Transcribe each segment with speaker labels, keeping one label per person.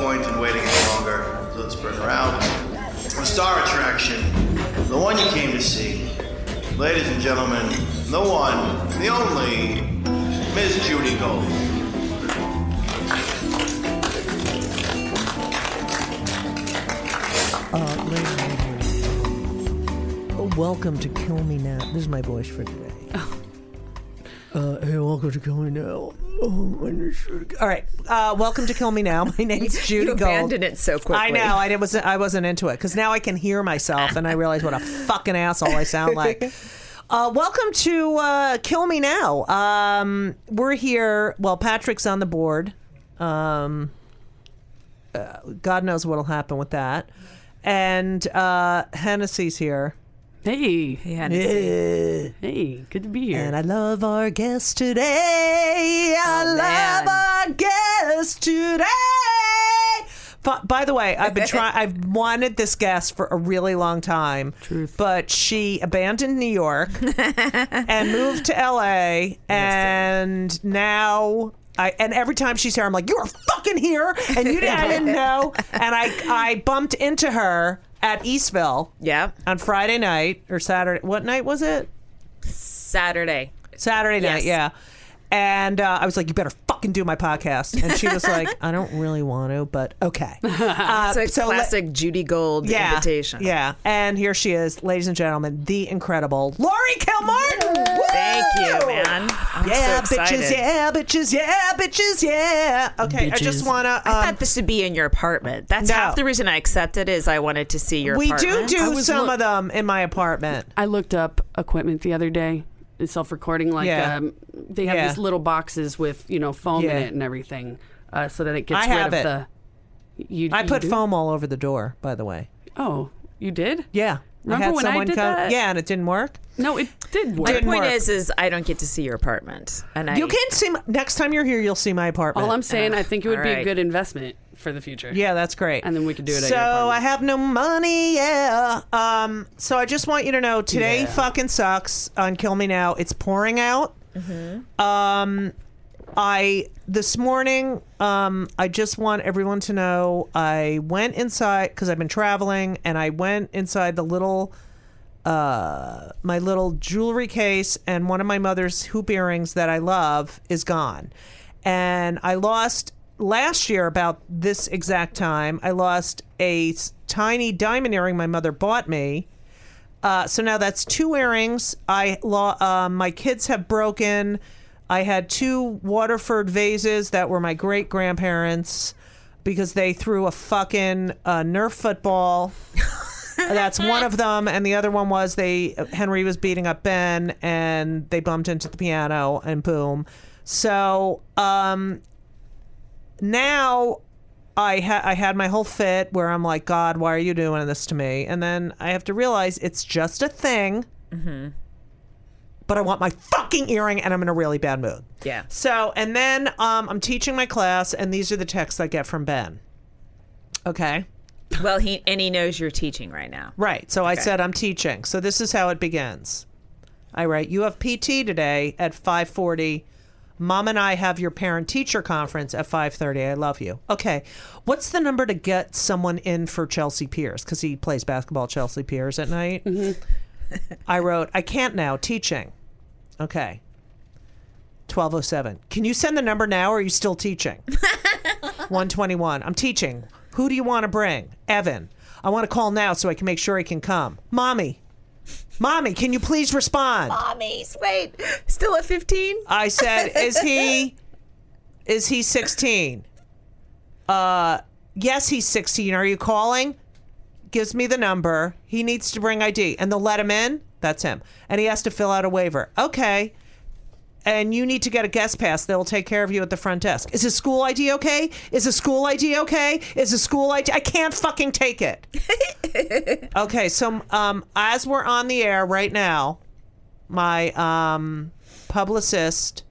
Speaker 1: point in waiting any longer, so let's bring her out. The star attraction, the one you came to see. Ladies and gentlemen, the one, the only, Miss Judy Gold.
Speaker 2: Uh, ladies and gentlemen, Oh, welcome to Kill Me Now. This is my voice for today.
Speaker 3: Oh.
Speaker 2: Uh, hey, welcome to Kill Me Now. Oh, my name is Judy. All right, uh, welcome to Kill Me Now. My name's Judy
Speaker 3: you
Speaker 2: Gold.
Speaker 3: abandoned it so quickly.
Speaker 2: I know. I wasn't. I wasn't into it because now I can hear myself and I realize what a fucking asshole I sound like. Uh, welcome to uh, Kill Me Now. Um, we're here. Well, Patrick's on the board. Um, uh, God knows what'll happen with that. And uh, Hennessy's here.
Speaker 4: Hey, hey,
Speaker 3: Yeah.
Speaker 4: good to be here.
Speaker 2: And I love our guest today. I
Speaker 3: Oh, man.
Speaker 2: love our guest today. But, by the way, I've been trying. I've wanted this guest for a really long time.
Speaker 4: Truth.
Speaker 2: But she abandoned New York and moved to L.A. And now. I, and every time she's here, I'm like, "You were fucking here, and you didn't, I didn't know." And I, I bumped into her at Eastville
Speaker 3: Yeah.
Speaker 2: on Friday night or Saturday. What night was it?
Speaker 3: Saturday.
Speaker 2: Saturday night,
Speaker 3: Yes.
Speaker 2: yeah. And uh, I was like, "You better fucking do my podcast." And she was like, "I don't really want to, but okay." Uh,
Speaker 3: It's a
Speaker 2: so let-
Speaker 3: classic Judy Gold
Speaker 2: yeah,
Speaker 3: invitation.
Speaker 2: Yeah. And here she is, ladies and gentlemen, the incredible Lori Kilmartin. Woo!
Speaker 3: Thank you, man. I'm
Speaker 2: Yeah,
Speaker 3: so
Speaker 2: bitches.
Speaker 3: excited.
Speaker 2: Yeah, bitches. Yeah, bitches. Yeah. Okay, I just
Speaker 4: Bitches.
Speaker 2: wanna.
Speaker 3: I
Speaker 2: Um,
Speaker 3: thought this would be in your apartment. That's
Speaker 2: No.
Speaker 3: half the reason I accepted is I wanted to see your
Speaker 2: we do
Speaker 3: apartment. Oh,
Speaker 2: do
Speaker 4: was
Speaker 2: some
Speaker 4: look-
Speaker 2: of them in my apartment.
Speaker 4: I looked up equipment the other day. Self recording, like
Speaker 2: Yeah.
Speaker 4: um, they have
Speaker 2: Yeah.
Speaker 4: these little boxes with you know foam
Speaker 2: Yeah.
Speaker 4: in it and everything, uh, so that it gets
Speaker 2: I
Speaker 4: rid
Speaker 2: have
Speaker 4: of
Speaker 2: it.
Speaker 4: the. You,
Speaker 2: I
Speaker 4: you
Speaker 2: put
Speaker 4: do?
Speaker 2: foam all over the door, by the way.
Speaker 4: Oh, you did?
Speaker 2: Yeah.
Speaker 4: Remember
Speaker 2: I had
Speaker 4: when I
Speaker 2: someone
Speaker 4: did
Speaker 2: come.
Speaker 4: that?
Speaker 2: Yeah, and it didn't work.
Speaker 4: No, it did work.
Speaker 2: Did-
Speaker 3: My point
Speaker 2: work.
Speaker 3: is, is I don't get to see your apartment, and I
Speaker 2: You can see my, next time you're here, you'll see my apartment.
Speaker 4: All I'm saying, I think it would
Speaker 3: all
Speaker 4: be a
Speaker 3: right.
Speaker 4: good investment for the future.
Speaker 2: Yeah, that's great.
Speaker 4: And then we could do it at your
Speaker 2: So I
Speaker 4: apartment.
Speaker 2: have no money. Yeah. Um. So I just want you to know today
Speaker 4: Yeah.
Speaker 2: fucking sucks on Kill Me Now. It's pouring out. Um. I this morning. Um. I just want everyone to know I went inside because I've been traveling, and I went inside the little. Uh, my little jewelry case and one of my mother's hoop earrings that I love is gone. And I lost last year about this exact time. I lost a s- tiny diamond earring my mother bought me. Uh, so now that's two earrings. I lo- uh, my kids have broken. I had two Waterford vases that were my great grandparents because they threw a fucking uh, Nerf football. That's one of them, and the other one was they Henry was beating up Ben, and they bumped into the piano, and boom. So um, now I ha- I had my whole fit where I'm like, God, why are you doing this to me? And then I have to realize it's just a thing. But I want my fucking earring, and I'm in a really bad mood.
Speaker 3: Yeah.
Speaker 2: So, and then um, I'm teaching my class, and these are the texts I get from Ben. Okay.
Speaker 3: Well, he and he knows you're teaching right now.
Speaker 2: Right. So I said I'm teaching. So this is how it begins. I write, "You have PT today at 5:40. Mom and I have your parent teacher conference at 5:30. I love you." Okay. What's the number to get someone in for Chelsea Piers cuz he plays basketball at Chelsea Piers at night? I wrote, "I can't now teaching." Okay. 1207. Can you send the number now or are you still teaching? 121. I'm teaching. Who do you want to bring? Evan. I want to call now so I can make sure he can come. Mommy. Mommy, can you please respond?
Speaker 3: Mommies, wait, still at 15?
Speaker 2: I said, "Is he is he 16?" Uh, yes, he's 16. Are you calling? Gives me the number. He needs to bring ID and they'll let him in. That's him. And he has to fill out a waiver. Okay. And you need to get a guest pass. They'll take care of you at the front desk. Is his school ID okay? Is his school ID okay? Is his school ID? I can't fucking take it. okay, so um, as we're on the air right now, my um, publicist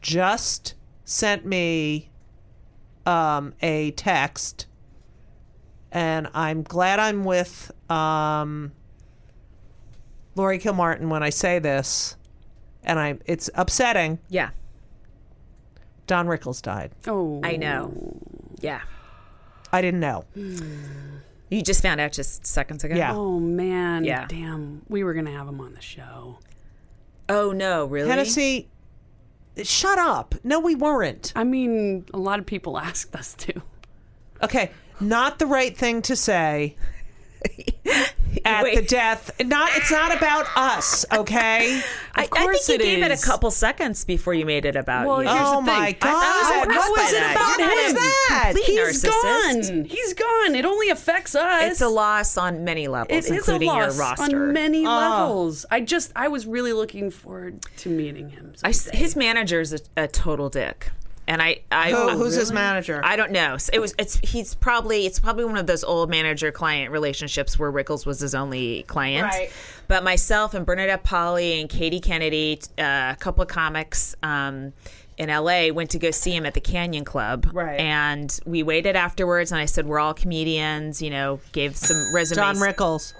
Speaker 2: just sent me um, a text, and I'm glad I'm with um, Lori Kilmartin when I say this, and I'm it's upsetting.
Speaker 3: Yeah,
Speaker 2: Don Rickles died.
Speaker 4: Oh,
Speaker 3: I know. Yeah.
Speaker 2: I didn't know.
Speaker 3: You just found out just seconds ago.
Speaker 2: Yeah.
Speaker 4: Oh man,
Speaker 3: Yeah.
Speaker 4: damn, we were gonna have him on the show.
Speaker 3: Oh no, really?
Speaker 2: Hennessy, shut up. No, we weren't.
Speaker 4: I mean, a lot of people asked us to.
Speaker 2: Okay, not the right thing to say at the
Speaker 3: Wait.
Speaker 2: death. Not it's not about us, okay?
Speaker 3: I, I
Speaker 4: course
Speaker 3: think
Speaker 4: it
Speaker 3: you gave it
Speaker 4: is.
Speaker 3: a couple seconds before you made it about
Speaker 4: Well,
Speaker 3: you.
Speaker 4: here's
Speaker 2: oh
Speaker 4: the
Speaker 2: my
Speaker 4: thing.
Speaker 2: god.
Speaker 3: I- I was
Speaker 2: what
Speaker 3: impressed
Speaker 2: was
Speaker 3: by
Speaker 2: it
Speaker 3: that.
Speaker 2: about
Speaker 3: You're not
Speaker 2: him?
Speaker 3: a
Speaker 2: that?
Speaker 3: complete
Speaker 2: He's-
Speaker 3: narcissist.
Speaker 4: gone. He's gone. It only affects us.
Speaker 3: It's a loss on many
Speaker 4: It
Speaker 3: levels,
Speaker 4: is a
Speaker 3: including
Speaker 4: loss
Speaker 3: your roster. Ah.
Speaker 4: on many levels. I just, I was really looking forward to meeting him.
Speaker 3: I s his manager is a, a total dick, and I, I
Speaker 2: Who- Oh, who's his manager?
Speaker 3: I don't know. So It was it's he's probably it's probably one of those old manager client relationships where Rickles was his only client.
Speaker 2: Right.
Speaker 3: But myself and Bernadette Polly and Katie Kennedy, t- uh, a couple of comics. Um, in LA, went to go see him at the Canyon Club.
Speaker 2: Right.
Speaker 3: And we waited afterwards, and I said, We're all comedians, you know, gave some resumes.
Speaker 2: Don Rickles.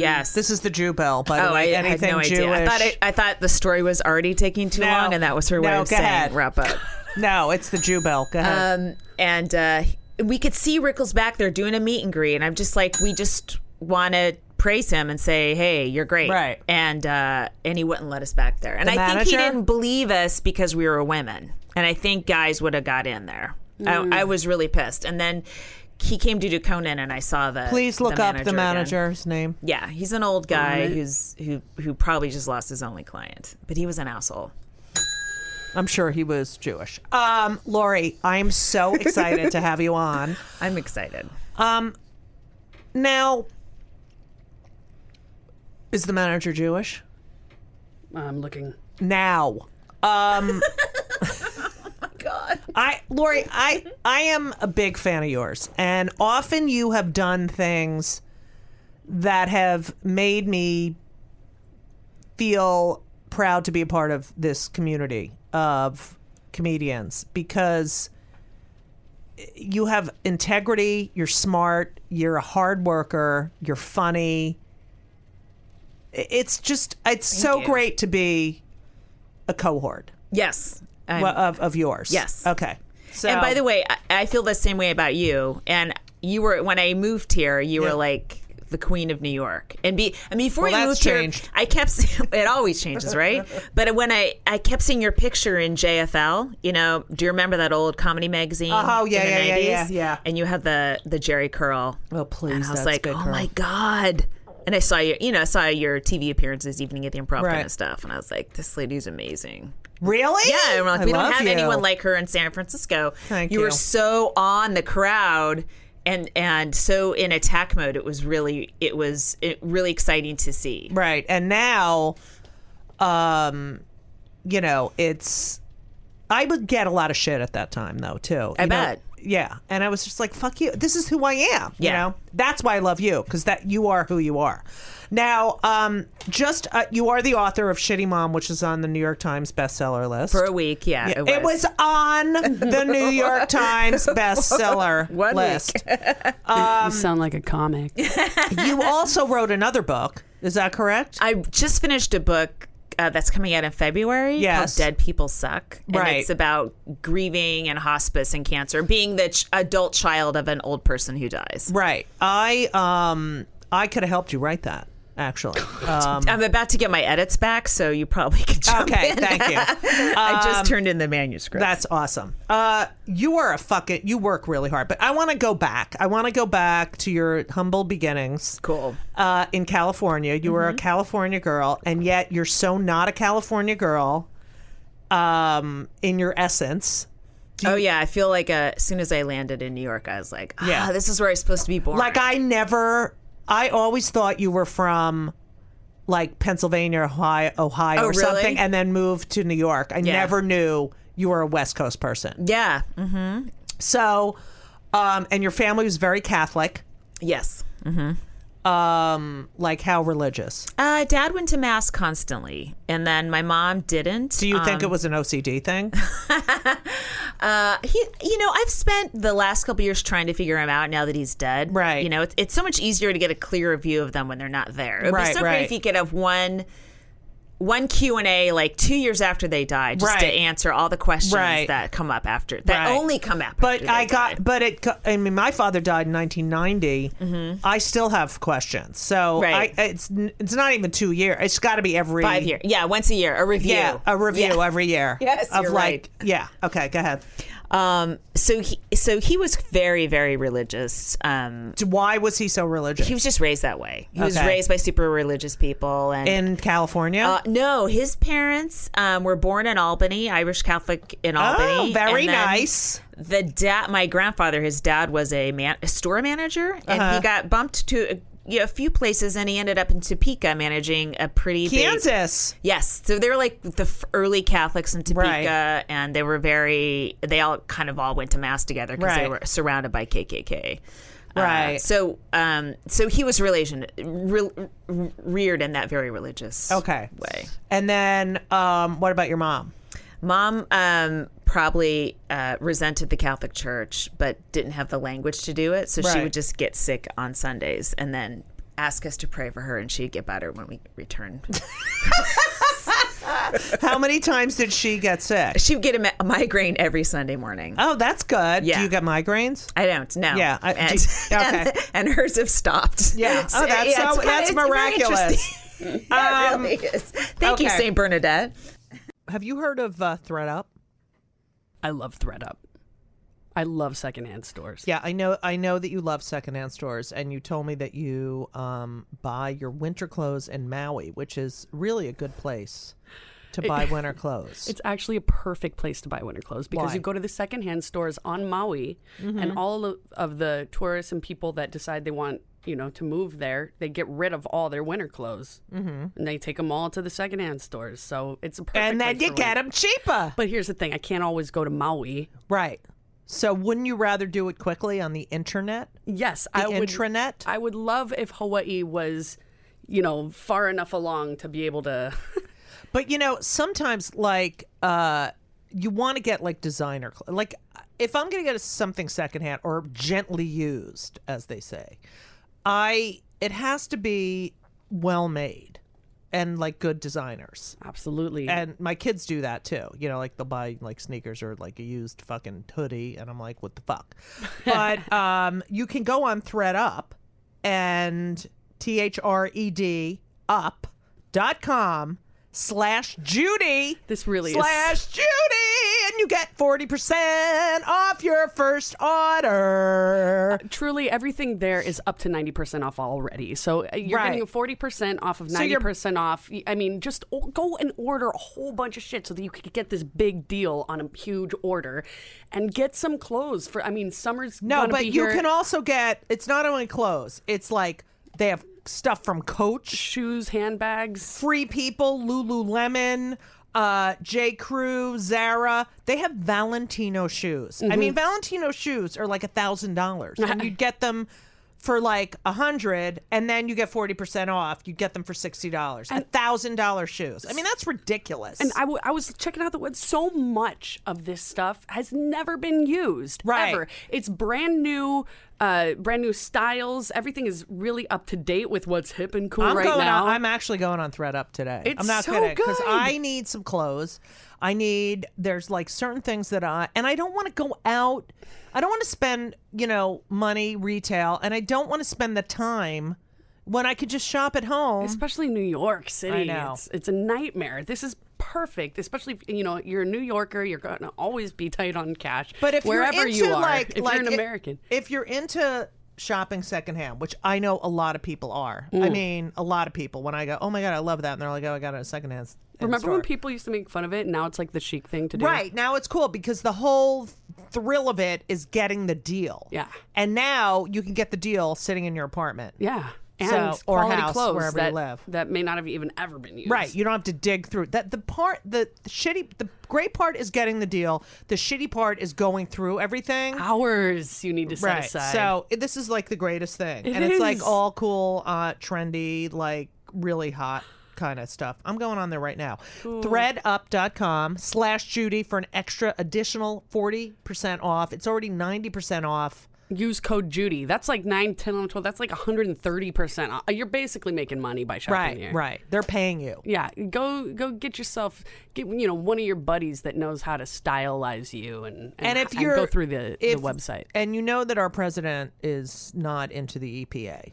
Speaker 3: Yes.
Speaker 2: This is the Jew bell, by the
Speaker 3: Oh,
Speaker 2: way.
Speaker 3: I, I had
Speaker 2: Anything
Speaker 3: no
Speaker 2: Jewish.
Speaker 3: idea. I thought, I, I thought the story was already taking too
Speaker 2: No.
Speaker 3: long, and that was her way
Speaker 2: No,
Speaker 3: of
Speaker 2: go
Speaker 3: saying
Speaker 2: ahead.
Speaker 3: wrap up.
Speaker 2: no, it's the Jew bell. Go ahead.
Speaker 3: Um, and uh, we could see Rickles back there doing a meet and greet, and I'm just like, we just want to praise him and say, hey, you're great,
Speaker 2: Right.
Speaker 3: And uh, and he wouldn't let us back there, and I think
Speaker 2: manager?
Speaker 3: he didn't believe us because we were women, and I think guys would have got in there. I, I
Speaker 2: Mm.
Speaker 3: was really pissed, and then. He came to do Conan, and I saw the.
Speaker 2: Please look up the
Speaker 3: again.
Speaker 2: manager's name.
Speaker 3: Yeah, he's an old guy who's who who probably just lost his only client, but he was an asshole.
Speaker 2: I'm sure he was Jewish. Um, Lori, I'm so excited to have you on.
Speaker 3: I'm excited.
Speaker 2: Now, is the manager Jewish?
Speaker 4: I'm looking.
Speaker 2: Now, um, God, I, Lori, I, I am a big fan of yours, and often you have done things that have made me feel proud to be a part of this community of comedians because you have integrity, you're smart, you're a hard worker, you're funny. I- It's just it's so
Speaker 3: you.
Speaker 2: great to be a cohort
Speaker 3: Yes. I'm-
Speaker 2: well, of of yours.
Speaker 3: Yes.
Speaker 2: Okay. So
Speaker 3: and by the way, I, I feel the same way about you. And you were when I moved here, you
Speaker 2: Yeah.
Speaker 3: were like the queen of New York. And be and before
Speaker 2: Well,
Speaker 3: you
Speaker 2: that's
Speaker 3: moved
Speaker 2: changed.
Speaker 3: here, I kept se- it always changes, right? but when I I kept seeing your picture in JFL, you know, do you remember that old comedy magazine?
Speaker 2: Oh, yeah,
Speaker 3: in the
Speaker 2: yeah, yeah,
Speaker 3: 90s?
Speaker 2: yeah, yeah.
Speaker 3: And you had the the Jerry curl.
Speaker 2: oh please,
Speaker 3: and I was
Speaker 2: that's
Speaker 3: like,
Speaker 2: big
Speaker 3: oh
Speaker 2: girl.
Speaker 3: my god. And I saw your, you know, I saw your TV appearances, evening at the improv
Speaker 2: Right.
Speaker 3: kind of stuff, and I was like, "This lady's amazing."
Speaker 2: really?
Speaker 3: Yeah, and we're like,
Speaker 2: I
Speaker 3: we don't
Speaker 2: love
Speaker 3: have
Speaker 2: you.
Speaker 3: anyone like her in San Francisco.
Speaker 2: Thank
Speaker 3: you. were
Speaker 2: you.
Speaker 3: so on the crowd and and so in attack mode. It was really it was it really exciting to see.
Speaker 2: Right. And now, um, you know, it's. I would get a lot of shit at that time, though, too. I
Speaker 3: bet.
Speaker 2: yeah. And I was just like, fuck you. This is who I am. You
Speaker 3: Yeah.
Speaker 2: know, that's why I love you because that you are who you are. Now, um, just uh, you are the author of Shitty Mom, which is on the New York Times bestseller list.
Speaker 3: For a week, yeah, it was.
Speaker 2: It was on the New York Times bestseller
Speaker 3: One week.
Speaker 2: list.
Speaker 3: Um,
Speaker 4: you sound like a comic.
Speaker 2: You also wrote another book. Is that correct?
Speaker 3: I just finished a book uh, that's coming out in February
Speaker 2: Yes.
Speaker 3: called Dead People Suck. And
Speaker 2: Right.
Speaker 3: it's about grieving and hospice and cancer, being the ch- adult child of an old person who dies.
Speaker 2: Right. I um I could have helped you write that actually. Um,
Speaker 3: I'm about to get my edits back, so you probably could jump
Speaker 2: okay, um,
Speaker 3: in.
Speaker 2: thank you.
Speaker 3: I just turned in the manuscript.
Speaker 2: That's awesome. Uh, you are a fucking. You work really hard, but I want to go back. I want to go back to your humble beginnings.
Speaker 3: Cool. Mm-hmm.
Speaker 2: Uh, in California, you were a California girl, and yet you're so not a California girl. Um, in your essence,
Speaker 3: oh yeah, I feel like uh, as soon as I landed in New York, I was like, ah,
Speaker 2: Yeah.
Speaker 3: this is where I'm supposed to be born.
Speaker 2: like I never. I always thought you were from. Like Pennsylvania, Ohio, Ohio
Speaker 3: Oh,
Speaker 2: or
Speaker 3: really?
Speaker 2: something, and then moved to New York. I
Speaker 3: Yeah.
Speaker 2: never knew you were a West Coast person.
Speaker 3: yeah, Mm,
Speaker 2: So, um, and your family was very Catholic.
Speaker 3: yes.
Speaker 2: Um, like how religious?
Speaker 3: Uh, Dad went to mass constantly, and then my mom didn't.
Speaker 2: Do you think it was an OCD thing?
Speaker 3: he, you know, I've spent the last couple years trying to figure him out. Now that he's dead,
Speaker 2: Right.
Speaker 3: You know, it's, it's so much easier to get a clearer view of them when they're not there. It'd
Speaker 2: Right,
Speaker 3: be so
Speaker 2: right.
Speaker 3: great if you could have one one Q and A like two years after they died, just to
Speaker 2: Right.
Speaker 3: answer all the questions
Speaker 2: Right.
Speaker 3: that come up after that
Speaker 2: Right.
Speaker 3: only come up. after
Speaker 2: But
Speaker 3: they
Speaker 2: I got,
Speaker 3: died.
Speaker 2: but it. co- I mean, my father died in 1990. I still have questions, so
Speaker 3: Mm-hmm. Right.
Speaker 2: I, it's n- it's not even two year. It's got to be every
Speaker 3: five year, yeah, once a year, a review,
Speaker 2: Yeah, a review
Speaker 3: Yeah.
Speaker 2: every year.
Speaker 3: Yes,
Speaker 2: of
Speaker 3: you're
Speaker 2: like,
Speaker 3: right.
Speaker 2: yeah. Okay, go ahead.
Speaker 3: Um, so he, so he was very, very religious. Um,
Speaker 2: So Why was he so religious
Speaker 3: he was just raised that way. He was
Speaker 2: Okay.
Speaker 3: raised by super religious people, and
Speaker 2: in California?
Speaker 3: Uh, no, his parents um, were born in Albany, Irish Catholic in Albany.
Speaker 2: oh, very
Speaker 3: and then
Speaker 2: nice.
Speaker 3: The dad, my grandfather, his dad was a man, a store manager, and
Speaker 2: Uh-huh.
Speaker 3: he got bumped to a, you know, a few places, and he ended up in Topeka managing a pretty big-
Speaker 2: Kansas.
Speaker 3: Yes, so they were like the f- early Catholics in Topeka,
Speaker 2: Right.
Speaker 3: and they were very. They all kind of all went to mass together because they
Speaker 2: Right.
Speaker 3: were surrounded by KKK. Uh,
Speaker 2: Right.
Speaker 3: so, um, so he was relation re- re- reared in that very religious.
Speaker 2: Okay.
Speaker 3: Way.
Speaker 2: And then, um, what about your mom?
Speaker 3: Mom um, probably uh, resented the Catholic Church, but didn't have the language to do it. So she
Speaker 2: Right.
Speaker 3: would just get sick on Sundays and then ask us to pray for her, and she'd get better when we returned.
Speaker 2: How many times did she get sick?
Speaker 3: she would get a, ma- a migraine every Sunday morning.
Speaker 2: Oh, that's good.
Speaker 3: Yeah.
Speaker 2: Do you get migraines?
Speaker 3: I don't know.
Speaker 2: Yeah, I-
Speaker 3: and,
Speaker 2: do- okay.
Speaker 3: and, and hers have stopped.
Speaker 2: Yeah. Oh, that's
Speaker 3: yeah,
Speaker 2: so-
Speaker 3: it's kinda-
Speaker 2: that's
Speaker 3: it's very
Speaker 2: miraculous. Um,
Speaker 3: interesting. yeah, it really is. Thank you,
Speaker 2: okay.
Speaker 3: Saint Bernadette.
Speaker 2: Have you heard of uh, ThreadUp?
Speaker 4: I love ThreadUp. I love secondhand stores.
Speaker 2: Yeah, I know. I know that you love secondhand stores, and you told me that you um, buy your winter clothes in Maui, which is really a good place to buy winter clothes.
Speaker 4: It's actually a perfect place to buy winter clothes because
Speaker 2: Why?
Speaker 4: you go to the secondhand stores on Maui,
Speaker 3: Mm-hmm.
Speaker 4: and all of- of the tourists and people that decide they want, you know, to move there, they get rid of all their winter clothes
Speaker 3: Mm-hmm.
Speaker 4: and they take them all to the secondhand stores. So it's a perfect.
Speaker 2: and then
Speaker 4: place
Speaker 2: you
Speaker 4: for
Speaker 2: get
Speaker 4: winter-
Speaker 2: them cheaper,
Speaker 4: But here's the thing: I can't always go to Maui.
Speaker 2: right? So, wouldn't you rather do it quickly on the internet?
Speaker 4: Yes,
Speaker 2: The
Speaker 4: I would.
Speaker 2: intranet?
Speaker 4: I would love if Hawaii was, you know, far enough along to be able to.
Speaker 2: But you know, sometimes like uh you want to get like designer cl- like if I'm going to get something secondhand or gently used as they say, I it has to be well made and like good designers.
Speaker 4: Absolutely.
Speaker 2: And my kids do that too. You know, like they'll buy like sneakers or like a used fucking hoodie and I'm like what the fuck. But um you can go on ThreadUp and T H R E D up dot com slash Judy
Speaker 4: This really is-
Speaker 2: slash Judy and you get forty percent off your first order.
Speaker 4: truly everything there is up to 90% off already so uh, you're
Speaker 2: Right.
Speaker 4: getting 40% off of
Speaker 2: you're-
Speaker 4: 90% off Y- i mean just o- go and order a whole bunch of shit so that you could get this big deal on a huge order and get some clothes for i mean summer's
Speaker 2: No,
Speaker 4: gonna
Speaker 2: but
Speaker 4: be
Speaker 2: you
Speaker 4: here.
Speaker 2: can also get it's not only clothes, it's like they have stuff from Coach.
Speaker 4: shoes handbags
Speaker 2: Free People, Lululemon, uh, J. Crew, Zara. They have Valentino shoes. I mean, Valentino shoes are like a thousand dollars, and you get them for like a hundred, and then you get forty percent off. You get them for sixty dollars. A thousand dollar shoes. I mean, that's ridiculous.
Speaker 4: I, w- I was checking out the web. So much of this stuff has never been used.
Speaker 2: Right.
Speaker 4: Ever. It's brand new, uh, brand new styles. Everything is really up to date with what's hip and cool
Speaker 2: I'm
Speaker 4: right
Speaker 2: going
Speaker 4: now.
Speaker 2: On, I'm actually going on thread up today.
Speaker 4: It's
Speaker 2: I'm not
Speaker 4: so
Speaker 2: kidding because
Speaker 4: good.
Speaker 2: I need some clothes. I need there's like certain things that I and I don't want to go out. I don't want to spend you know money retail, and I don't want to spend the time when I could just shop at home.
Speaker 4: especially New York City.
Speaker 2: know.
Speaker 4: It's, it's a nightmare. This is perfect, especially if, you know you're a New Yorker. You're going to always be tight on cash.
Speaker 2: But if
Speaker 4: wherever
Speaker 2: you're into,
Speaker 4: you are,
Speaker 2: like,
Speaker 4: if
Speaker 2: like
Speaker 4: you're an
Speaker 2: i-
Speaker 4: American,
Speaker 2: if you're into shopping secondhand, which I know a lot of people are.
Speaker 4: Mm.
Speaker 2: I mean, a lot of people. When I go, oh my god, I love that, and they're like, oh, I got it at a secondhand. s-
Speaker 4: remember
Speaker 2: store.
Speaker 4: when people used to make fun of it? Now it's like the chic thing to do.
Speaker 2: Right. Now it's cool because the whole thrill of it is getting the deal.
Speaker 4: Yeah.
Speaker 2: And now you can get the deal sitting in your apartment.
Speaker 4: Yeah. And
Speaker 2: So- or
Speaker 4: quality
Speaker 2: house,
Speaker 4: clothes
Speaker 2: wherever you
Speaker 4: that,
Speaker 2: live.
Speaker 4: that may not have even ever been used.
Speaker 2: Right. You don't have to dig through that the part the shitty the great part is getting the deal. The shitty part is going through everything.
Speaker 4: Hours you need to Ah, set
Speaker 2: right.
Speaker 4: aside.
Speaker 2: So it- this is like the greatest thing.
Speaker 4: It
Speaker 2: and it's like
Speaker 4: is.
Speaker 2: all cool, uh, trendy, like really hot kind of stuff. I'm going on there right now. Threadup.com slash Judy for an extra additional 40% off. It's already 90% off
Speaker 4: use code Judy. That's like 9, 10, 11, 12. That's like 130%. off. You're basically making money by shopping
Speaker 2: Right,
Speaker 4: here.
Speaker 2: right. They're paying you.
Speaker 4: Yeah, go go get yourself get you know one of your buddies that knows how to stylize you and
Speaker 2: And if you're
Speaker 4: go through the,
Speaker 2: if-
Speaker 4: the website.
Speaker 2: and you know that our president is not into the EPA,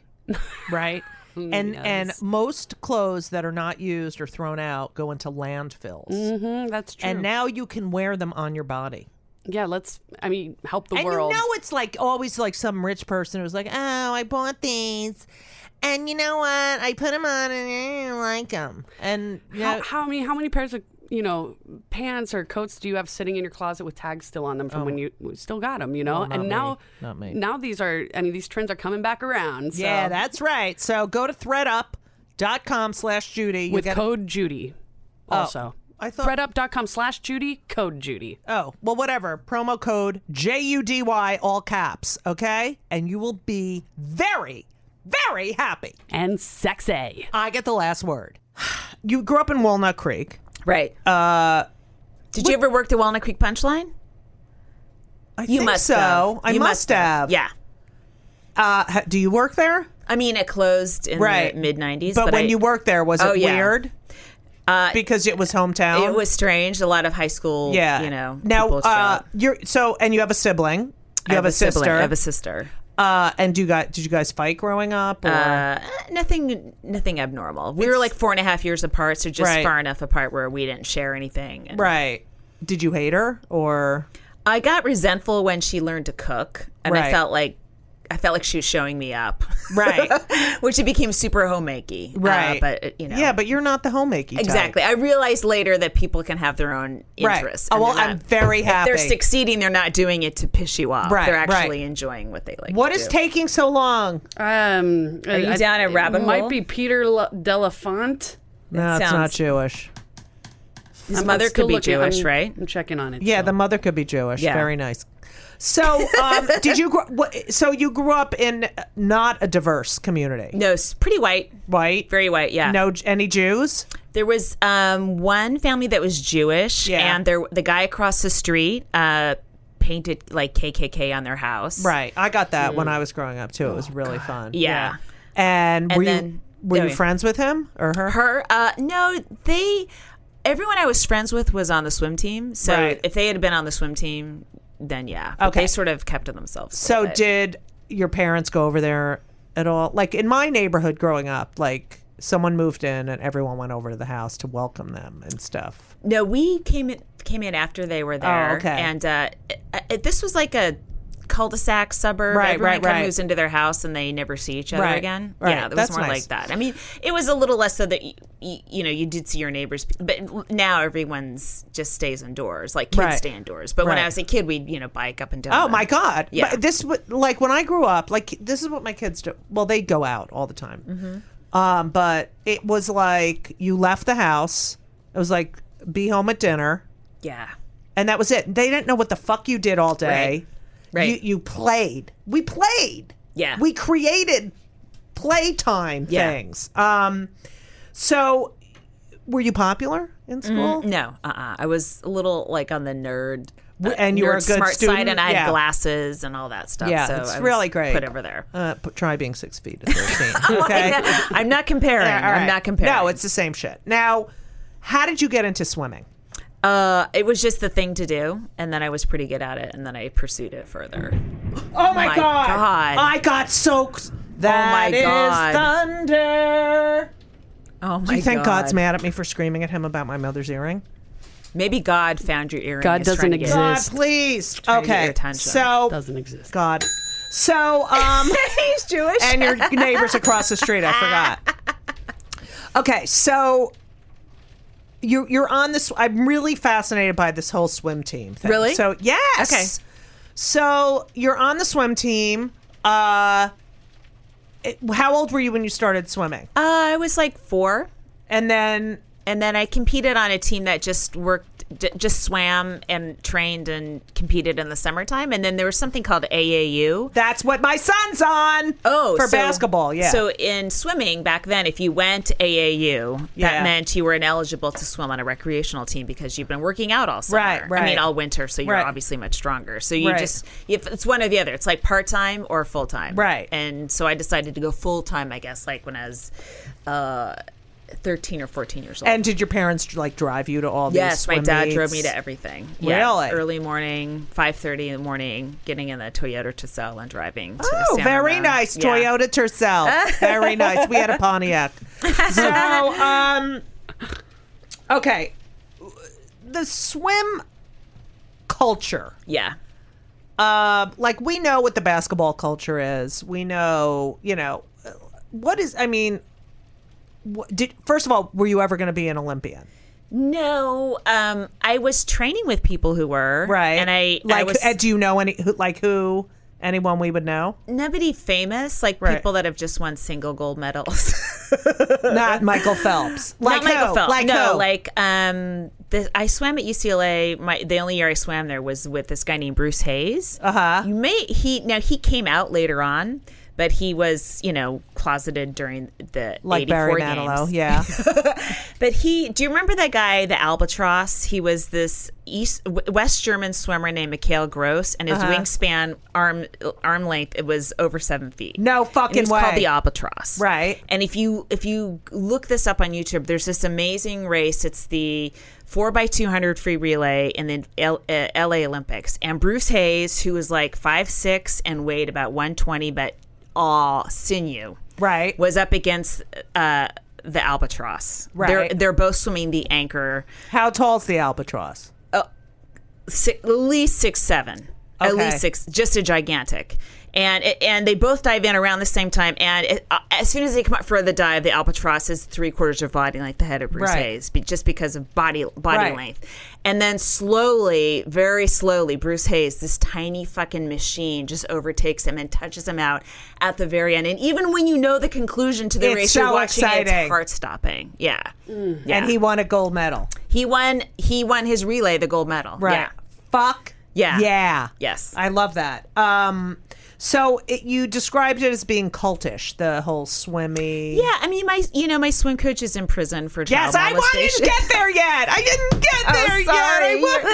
Speaker 2: right? and and most clothes that are not used or thrown out go into landfills,
Speaker 4: Mm, that's true.
Speaker 2: and now you can wear them on your body.
Speaker 4: yeah, let's I mean help the
Speaker 2: And
Speaker 4: world.
Speaker 2: you know it's like always like some rich person who's like, oh, I bought these, and you know what? I put them on and I didn't like them. And you
Speaker 4: how,
Speaker 2: know-
Speaker 4: how many how many pairs of you know pants or coats do you have sitting in your closet with tags still on them from when you we still got them? You know, and
Speaker 2: me.
Speaker 4: now
Speaker 2: Oh. Not me.
Speaker 4: now these are I mean these trends are coming back around. So.
Speaker 2: yeah, that's right. So go to threadup.com slash Judy You
Speaker 4: with
Speaker 2: get- Oh.
Speaker 4: code Judy. Also,
Speaker 2: I thought-
Speaker 4: threadup.com slash Judy code Judy.
Speaker 2: Oh, well, whatever. Promo code J U D Y, all caps, okay? And you will be very, very happy.
Speaker 4: and sexy.
Speaker 2: I get the last word. You grew up in Walnut Creek.
Speaker 3: Right. Uh, Did you ever work the Walnut Creek Punchline?
Speaker 2: I
Speaker 3: You
Speaker 2: think
Speaker 3: must
Speaker 2: so.
Speaker 3: have.
Speaker 2: I
Speaker 3: You
Speaker 2: must have.
Speaker 3: Yeah.
Speaker 2: Uh, ha- do you work there?
Speaker 3: I mean, it closed in
Speaker 2: Right.
Speaker 3: the mid '90s.
Speaker 2: But, when
Speaker 3: I-
Speaker 2: you worked there, was it
Speaker 3: Oh, yeah.
Speaker 2: weird? Uh, because it was hometown.
Speaker 3: it was strange. A lot of high school.
Speaker 2: yeah.
Speaker 3: You know.
Speaker 2: Now,
Speaker 3: people
Speaker 2: uh,
Speaker 3: shop.
Speaker 2: you're so, and you have a sibling. You
Speaker 3: I
Speaker 2: have, a,
Speaker 3: sibling.
Speaker 2: sister.
Speaker 3: I have a sister.
Speaker 2: uh, and do you guys, did you guys fight growing up? Or?
Speaker 3: Uh, nothing. Nothing abnormal. We were like four and a half years apart, so just
Speaker 2: Right.
Speaker 3: far enough apart where we didn't share anything. And
Speaker 2: right. Did you hate her or?
Speaker 3: I got resentful when she learned to cook, and
Speaker 2: Right.
Speaker 3: I felt like. I felt like she was showing me up,
Speaker 2: Right.
Speaker 3: which it became super homemakey. Uh,
Speaker 2: Right.
Speaker 3: but uh, you know,
Speaker 2: Yeah, but you're not the homemaking.
Speaker 3: Exactly. I realized later that people can have their own
Speaker 2: Right.
Speaker 3: interests.
Speaker 2: Oh,
Speaker 3: and
Speaker 2: well,
Speaker 3: they're
Speaker 2: I'm
Speaker 3: not-
Speaker 2: very
Speaker 3: if They're
Speaker 2: happy.
Speaker 3: succeeding. They're not doing it to piss you off.
Speaker 2: Right,
Speaker 3: They're
Speaker 2: right.
Speaker 3: actually enjoying what they like.
Speaker 2: What
Speaker 3: to
Speaker 2: is
Speaker 3: do.
Speaker 2: taking so long?
Speaker 4: Um, are
Speaker 3: you down a rabbit
Speaker 4: It might
Speaker 3: hole?
Speaker 4: be Peter L- Delafont.
Speaker 2: No, it's not
Speaker 3: sounds-
Speaker 2: Jewish.
Speaker 3: His mother could be Jewish,
Speaker 4: I'm,
Speaker 3: right?
Speaker 4: I'm checking on it.
Speaker 2: Yeah,
Speaker 4: still.
Speaker 2: the mother could be Jewish.
Speaker 3: Yeah.
Speaker 2: Very nice. So, um, did you? Grow, what, so you grew up in not a diverse community,
Speaker 3: No, s- pretty white,
Speaker 2: right?
Speaker 3: very white. Yeah.
Speaker 2: No, J- any Jews?
Speaker 3: There was um, one family that was Jewish,
Speaker 2: Yeah.
Speaker 3: and there the guy across the street uh, painted like KKK on their house.
Speaker 2: Right. I got that when I was growing up too. It was really fun.
Speaker 3: Mm. Yeah.
Speaker 2: And were you
Speaker 3: then-
Speaker 2: were
Speaker 3: oh,
Speaker 2: you
Speaker 3: yeah.
Speaker 2: friends with him or her?
Speaker 3: Her. Uh, no, they. Everyone I was friends with was on the swim team. So
Speaker 2: Right.
Speaker 3: if they had been on the swim team, then yeah. But
Speaker 2: Okay.
Speaker 3: They sort of kept to themselves. a
Speaker 2: So
Speaker 3: little bit.
Speaker 2: did your parents go over there at all? Like in my neighborhood growing up, like someone moved in and everyone went over to the house to welcome them and stuff.
Speaker 3: No, we came in came in after they were there.
Speaker 2: Oh, okay.
Speaker 3: And uh, it, it, this was like a cul-de-sac suburb.
Speaker 2: Right,
Speaker 3: Everyone
Speaker 2: right,
Speaker 3: kind
Speaker 2: right.
Speaker 3: of moves into their house and they never see each other
Speaker 2: Right,
Speaker 3: again.
Speaker 2: right.
Speaker 3: Yeah, it was
Speaker 2: That's
Speaker 3: more
Speaker 2: nice.
Speaker 3: like that. I mean, it was a little less so that y- y- you know you did see your neighbors, but now everyone's just stays indoors. Like kids
Speaker 2: Right.
Speaker 3: stay indoors. But when
Speaker 2: Right.
Speaker 3: I was a kid, we'd you know bike up and down.
Speaker 2: Oh
Speaker 3: the-
Speaker 2: my God.
Speaker 3: Yeah.
Speaker 2: But this, w- like when I grew up, like this is what my kids do. Well, they go out all the time. Um, but it was like you left the house. It was like be home at dinner.
Speaker 3: Yeah.
Speaker 2: And that was it. They didn't know what the fuck you did all day.
Speaker 3: Right. Right.
Speaker 2: You, you played. We played.
Speaker 3: Yeah.
Speaker 2: We created playtime
Speaker 3: Yeah.
Speaker 2: things. Um, so were you popular in school?
Speaker 3: No, uh, uh I was a little like on the nerd, uh,
Speaker 2: and you were
Speaker 3: nerd
Speaker 2: a good
Speaker 3: smart
Speaker 2: student?
Speaker 3: side, and I had
Speaker 2: Yeah.
Speaker 3: glasses and all that stuff.
Speaker 2: Yeah,
Speaker 3: so
Speaker 2: it's
Speaker 3: I was
Speaker 2: really great.
Speaker 3: Put over there.
Speaker 2: Uh, p- try being six feet at 13.
Speaker 3: Oh,
Speaker 2: Okay.
Speaker 3: I'm not comparing.
Speaker 2: All right.
Speaker 3: I'm not comparing.
Speaker 2: No, it's the same shit. Now, how did you get into swimming?
Speaker 3: uh, it was just the thing to do, and then I was pretty good at it, and then I pursued it further.
Speaker 2: Oh my,
Speaker 3: My
Speaker 2: God.
Speaker 3: God. Oh
Speaker 2: I got soaked. That is
Speaker 3: God.
Speaker 2: thunder.
Speaker 3: Oh my
Speaker 2: Do you think God's mad at me for screaming at him about my mother's earring?
Speaker 3: Maybe God found your earring.
Speaker 4: God
Speaker 3: and is trying
Speaker 4: doesn't
Speaker 3: to get-
Speaker 4: exist.
Speaker 2: God, please.
Speaker 3: to get
Speaker 2: Okay.
Speaker 3: your attention.
Speaker 2: So
Speaker 4: doesn't exist.
Speaker 2: God. So um
Speaker 3: He's Jewish.
Speaker 2: and your neighbors across the street, I forgot. Okay, so you you're on this I'm really fascinated by this whole swim team thing.
Speaker 3: Really?
Speaker 2: So yes.
Speaker 3: Okay.
Speaker 2: So you're on the swim team. Uh it- how old were you when you started swimming?
Speaker 3: uh, I was like four.
Speaker 2: And then
Speaker 3: and then I competed on a team that just worked, j- just swam and trained and competed in the summertime. And then there was something called AAU.
Speaker 2: That's what my son's on.
Speaker 3: Oh,
Speaker 2: for
Speaker 3: so-
Speaker 2: basketball, yeah.
Speaker 3: So in swimming back then, if you went AAU,
Speaker 2: Yeah.
Speaker 3: that meant you were ineligible to swim on a recreational team because you've been working out all summer.
Speaker 2: Right, right.
Speaker 3: I mean, all winter, so you're
Speaker 2: Right.
Speaker 3: obviously much stronger. So you
Speaker 2: Right.
Speaker 3: just if it's one or the other. It's like part time or full time.
Speaker 2: Right.
Speaker 3: And so I decided to go full time. I guess like when I was. Uh, 13 or 14 years old.
Speaker 2: and did your parents like drive you to all these?
Speaker 3: Yes, my
Speaker 2: swim
Speaker 3: dad
Speaker 2: meets?
Speaker 3: drove me to everything. Yeah,
Speaker 2: Really?
Speaker 3: early morning, five thirty in the morning, getting in the Toyota Tercel and driving. To
Speaker 2: Oh,
Speaker 3: Santa
Speaker 2: very
Speaker 3: Ana.
Speaker 2: nice,
Speaker 3: Yeah.
Speaker 2: Toyota Tercel. very nice. We had a Pontiac. So, um, okay, the swim culture.
Speaker 3: Yeah,
Speaker 2: Uh, like we know what the basketball culture is. We know, you know, what is. I mean, what, did first of all, were you ever going to be an Olympian?
Speaker 3: no, um, I was training with people who were and I
Speaker 2: like.
Speaker 3: I was
Speaker 2: uh, do you know any? Who, like who? Anyone we would know?
Speaker 3: nobody famous, like
Speaker 2: Right.
Speaker 3: people that have just won single gold medals.
Speaker 2: Not Michael Phelps. Like
Speaker 3: Not Michael
Speaker 2: who?
Speaker 3: Phelps.
Speaker 2: Like
Speaker 3: no,
Speaker 2: who?
Speaker 3: like um, the, I swam at UCLA. My the only year I swam there was with this guy named Bruce Hayes. Uh
Speaker 2: Uh-huh.
Speaker 3: huh. You may he now he came out later on, but he was you know closeted during the
Speaker 2: like
Speaker 3: 84
Speaker 2: Barry
Speaker 3: games.
Speaker 2: Manilow. Yeah.
Speaker 3: But he, do you remember that guy, the albatross? He was this East W- West German swimmer named Mikhail Gross, and his
Speaker 2: Uh-huh.
Speaker 3: wingspan, arm arm length, it was over seven feet.
Speaker 2: No fucking
Speaker 3: and he was
Speaker 2: way.
Speaker 3: Called the albatross,
Speaker 2: Right.
Speaker 3: And if you if you look this up on YouTube, there's this amazing race. It's the four by two hundred free relay in the L- uh, L.A. Olympics, and Bruce Hayes, who was like five six and weighed about one twenty, but all sinew
Speaker 2: Right.
Speaker 3: was up against uh, the albatross.
Speaker 2: Right.
Speaker 3: They're they're both swimming the anchor,
Speaker 2: How tall's the albatross?
Speaker 3: si at least six seven, at
Speaker 2: Okay.
Speaker 3: least six, just a gigantic. And it, and they both dive in around the same time. And it, uh, as soon as they come up for the dive, the albatross is three quarters of body length ahead of Bruce
Speaker 2: Right.
Speaker 3: Hayes, be- just because of body body
Speaker 2: Right.
Speaker 3: length. And then slowly, very slowly, Bruce Hayes, this tiny fucking machine, just overtakes him and touches him out at the very end. And even when you know the conclusion to the
Speaker 2: It's
Speaker 3: race,
Speaker 2: so
Speaker 3: you're watching it,
Speaker 2: exciting. Mm.
Speaker 3: it's heart stopping. Yeah. yeah.
Speaker 2: And he won a gold medal.
Speaker 3: He won. He won his relay, the gold medal.
Speaker 2: Right.
Speaker 3: Yeah.
Speaker 2: Fuck.
Speaker 3: Yeah.
Speaker 2: Yeah.
Speaker 3: Yes.
Speaker 2: I love that. Um, so it, you described it as being cultish, the whole swimmy.
Speaker 3: Yeah. I mean, my you know my swim coach is in prison for child
Speaker 2: Yes, I, well, I
Speaker 3: molestation.
Speaker 2: didn't get there yet. I didn't get
Speaker 3: Oh,
Speaker 2: there
Speaker 3: sorry.
Speaker 2: yet.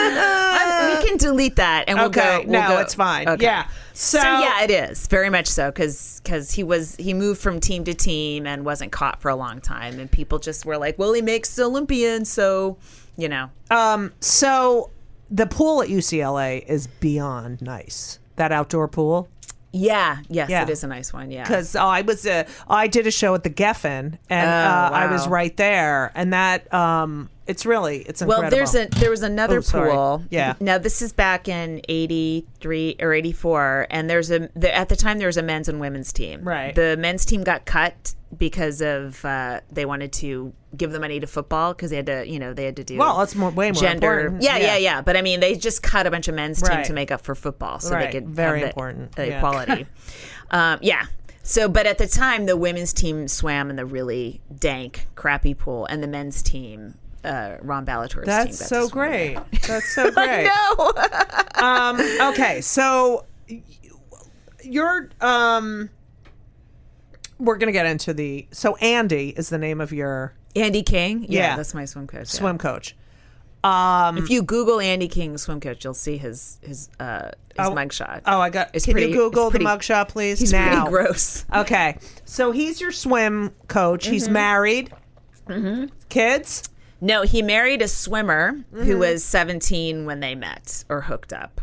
Speaker 2: I
Speaker 3: we can delete that and we'll
Speaker 2: wa- okay.
Speaker 3: go. we'll
Speaker 2: no,
Speaker 3: go-
Speaker 2: it's fine.
Speaker 3: Okay.
Speaker 2: Yeah. So,
Speaker 3: So yeah, it is very much so because he was he moved from team to team and wasn't caught for a long time, and people just were like, well, he makes the Olympian, so you know.
Speaker 2: Oh. Um, so the pool at UCLA is beyond nice. That outdoor pool.
Speaker 3: yeah. Yes,
Speaker 2: Yeah.
Speaker 3: it is a nice one. Yeah.
Speaker 2: because I was a, I did a show at the Geffen and uh, I was
Speaker 3: Oh, wow.
Speaker 2: right there, and that um, it's really it's
Speaker 3: Well,
Speaker 2: incredible.
Speaker 3: there's a there was another
Speaker 2: Oh, sorry.
Speaker 3: pool.
Speaker 2: Yeah.
Speaker 3: Now this is back in '83 or '84, and there's a the, at the time there was a men's and women's team.
Speaker 2: Right.
Speaker 3: The men's team got cut because of uh, they wanted to give the money to football because they had to you know they had to do
Speaker 2: Well, that's more- way more
Speaker 3: gender.
Speaker 2: important.
Speaker 3: Yeah, yeah,
Speaker 2: Yeah.
Speaker 3: yeah, But I mean, they just cut a bunch of men's team
Speaker 2: Right.
Speaker 3: to make up for football, so
Speaker 2: Right.
Speaker 3: they could
Speaker 2: Very
Speaker 3: have the-
Speaker 2: important.
Speaker 3: the
Speaker 2: Yeah.
Speaker 3: equality. um, yeah. So, but at the time, the women's team swam in the really dank, crappy pool, and the men's team, uh, Ron Ballator's team,
Speaker 2: that's
Speaker 3: got
Speaker 2: so
Speaker 3: to swim in it.
Speaker 2: great. That's so great. um, okay, so y- you're um, we're gonna get into the so Andy is the name of your
Speaker 3: Andy King, yeah,
Speaker 2: Yeah.
Speaker 3: that's my swim coach. yeah.
Speaker 2: swim coach. Um,
Speaker 3: If you Google Andy King swim coach, you'll see his his uh, his mugshot.
Speaker 2: Oh, I got.
Speaker 3: It's
Speaker 2: can
Speaker 3: pretty-
Speaker 2: you Google
Speaker 3: it's
Speaker 2: the
Speaker 3: pretty-
Speaker 2: mugshot, please?
Speaker 3: He's
Speaker 2: now.
Speaker 3: pretty gross.
Speaker 2: Okay, so he's your swim coach. He's
Speaker 3: Mm-hmm.
Speaker 2: married. Kids.
Speaker 3: No, he married a swimmer who
Speaker 2: Mm-hmm.
Speaker 3: was 17 when they met or hooked up.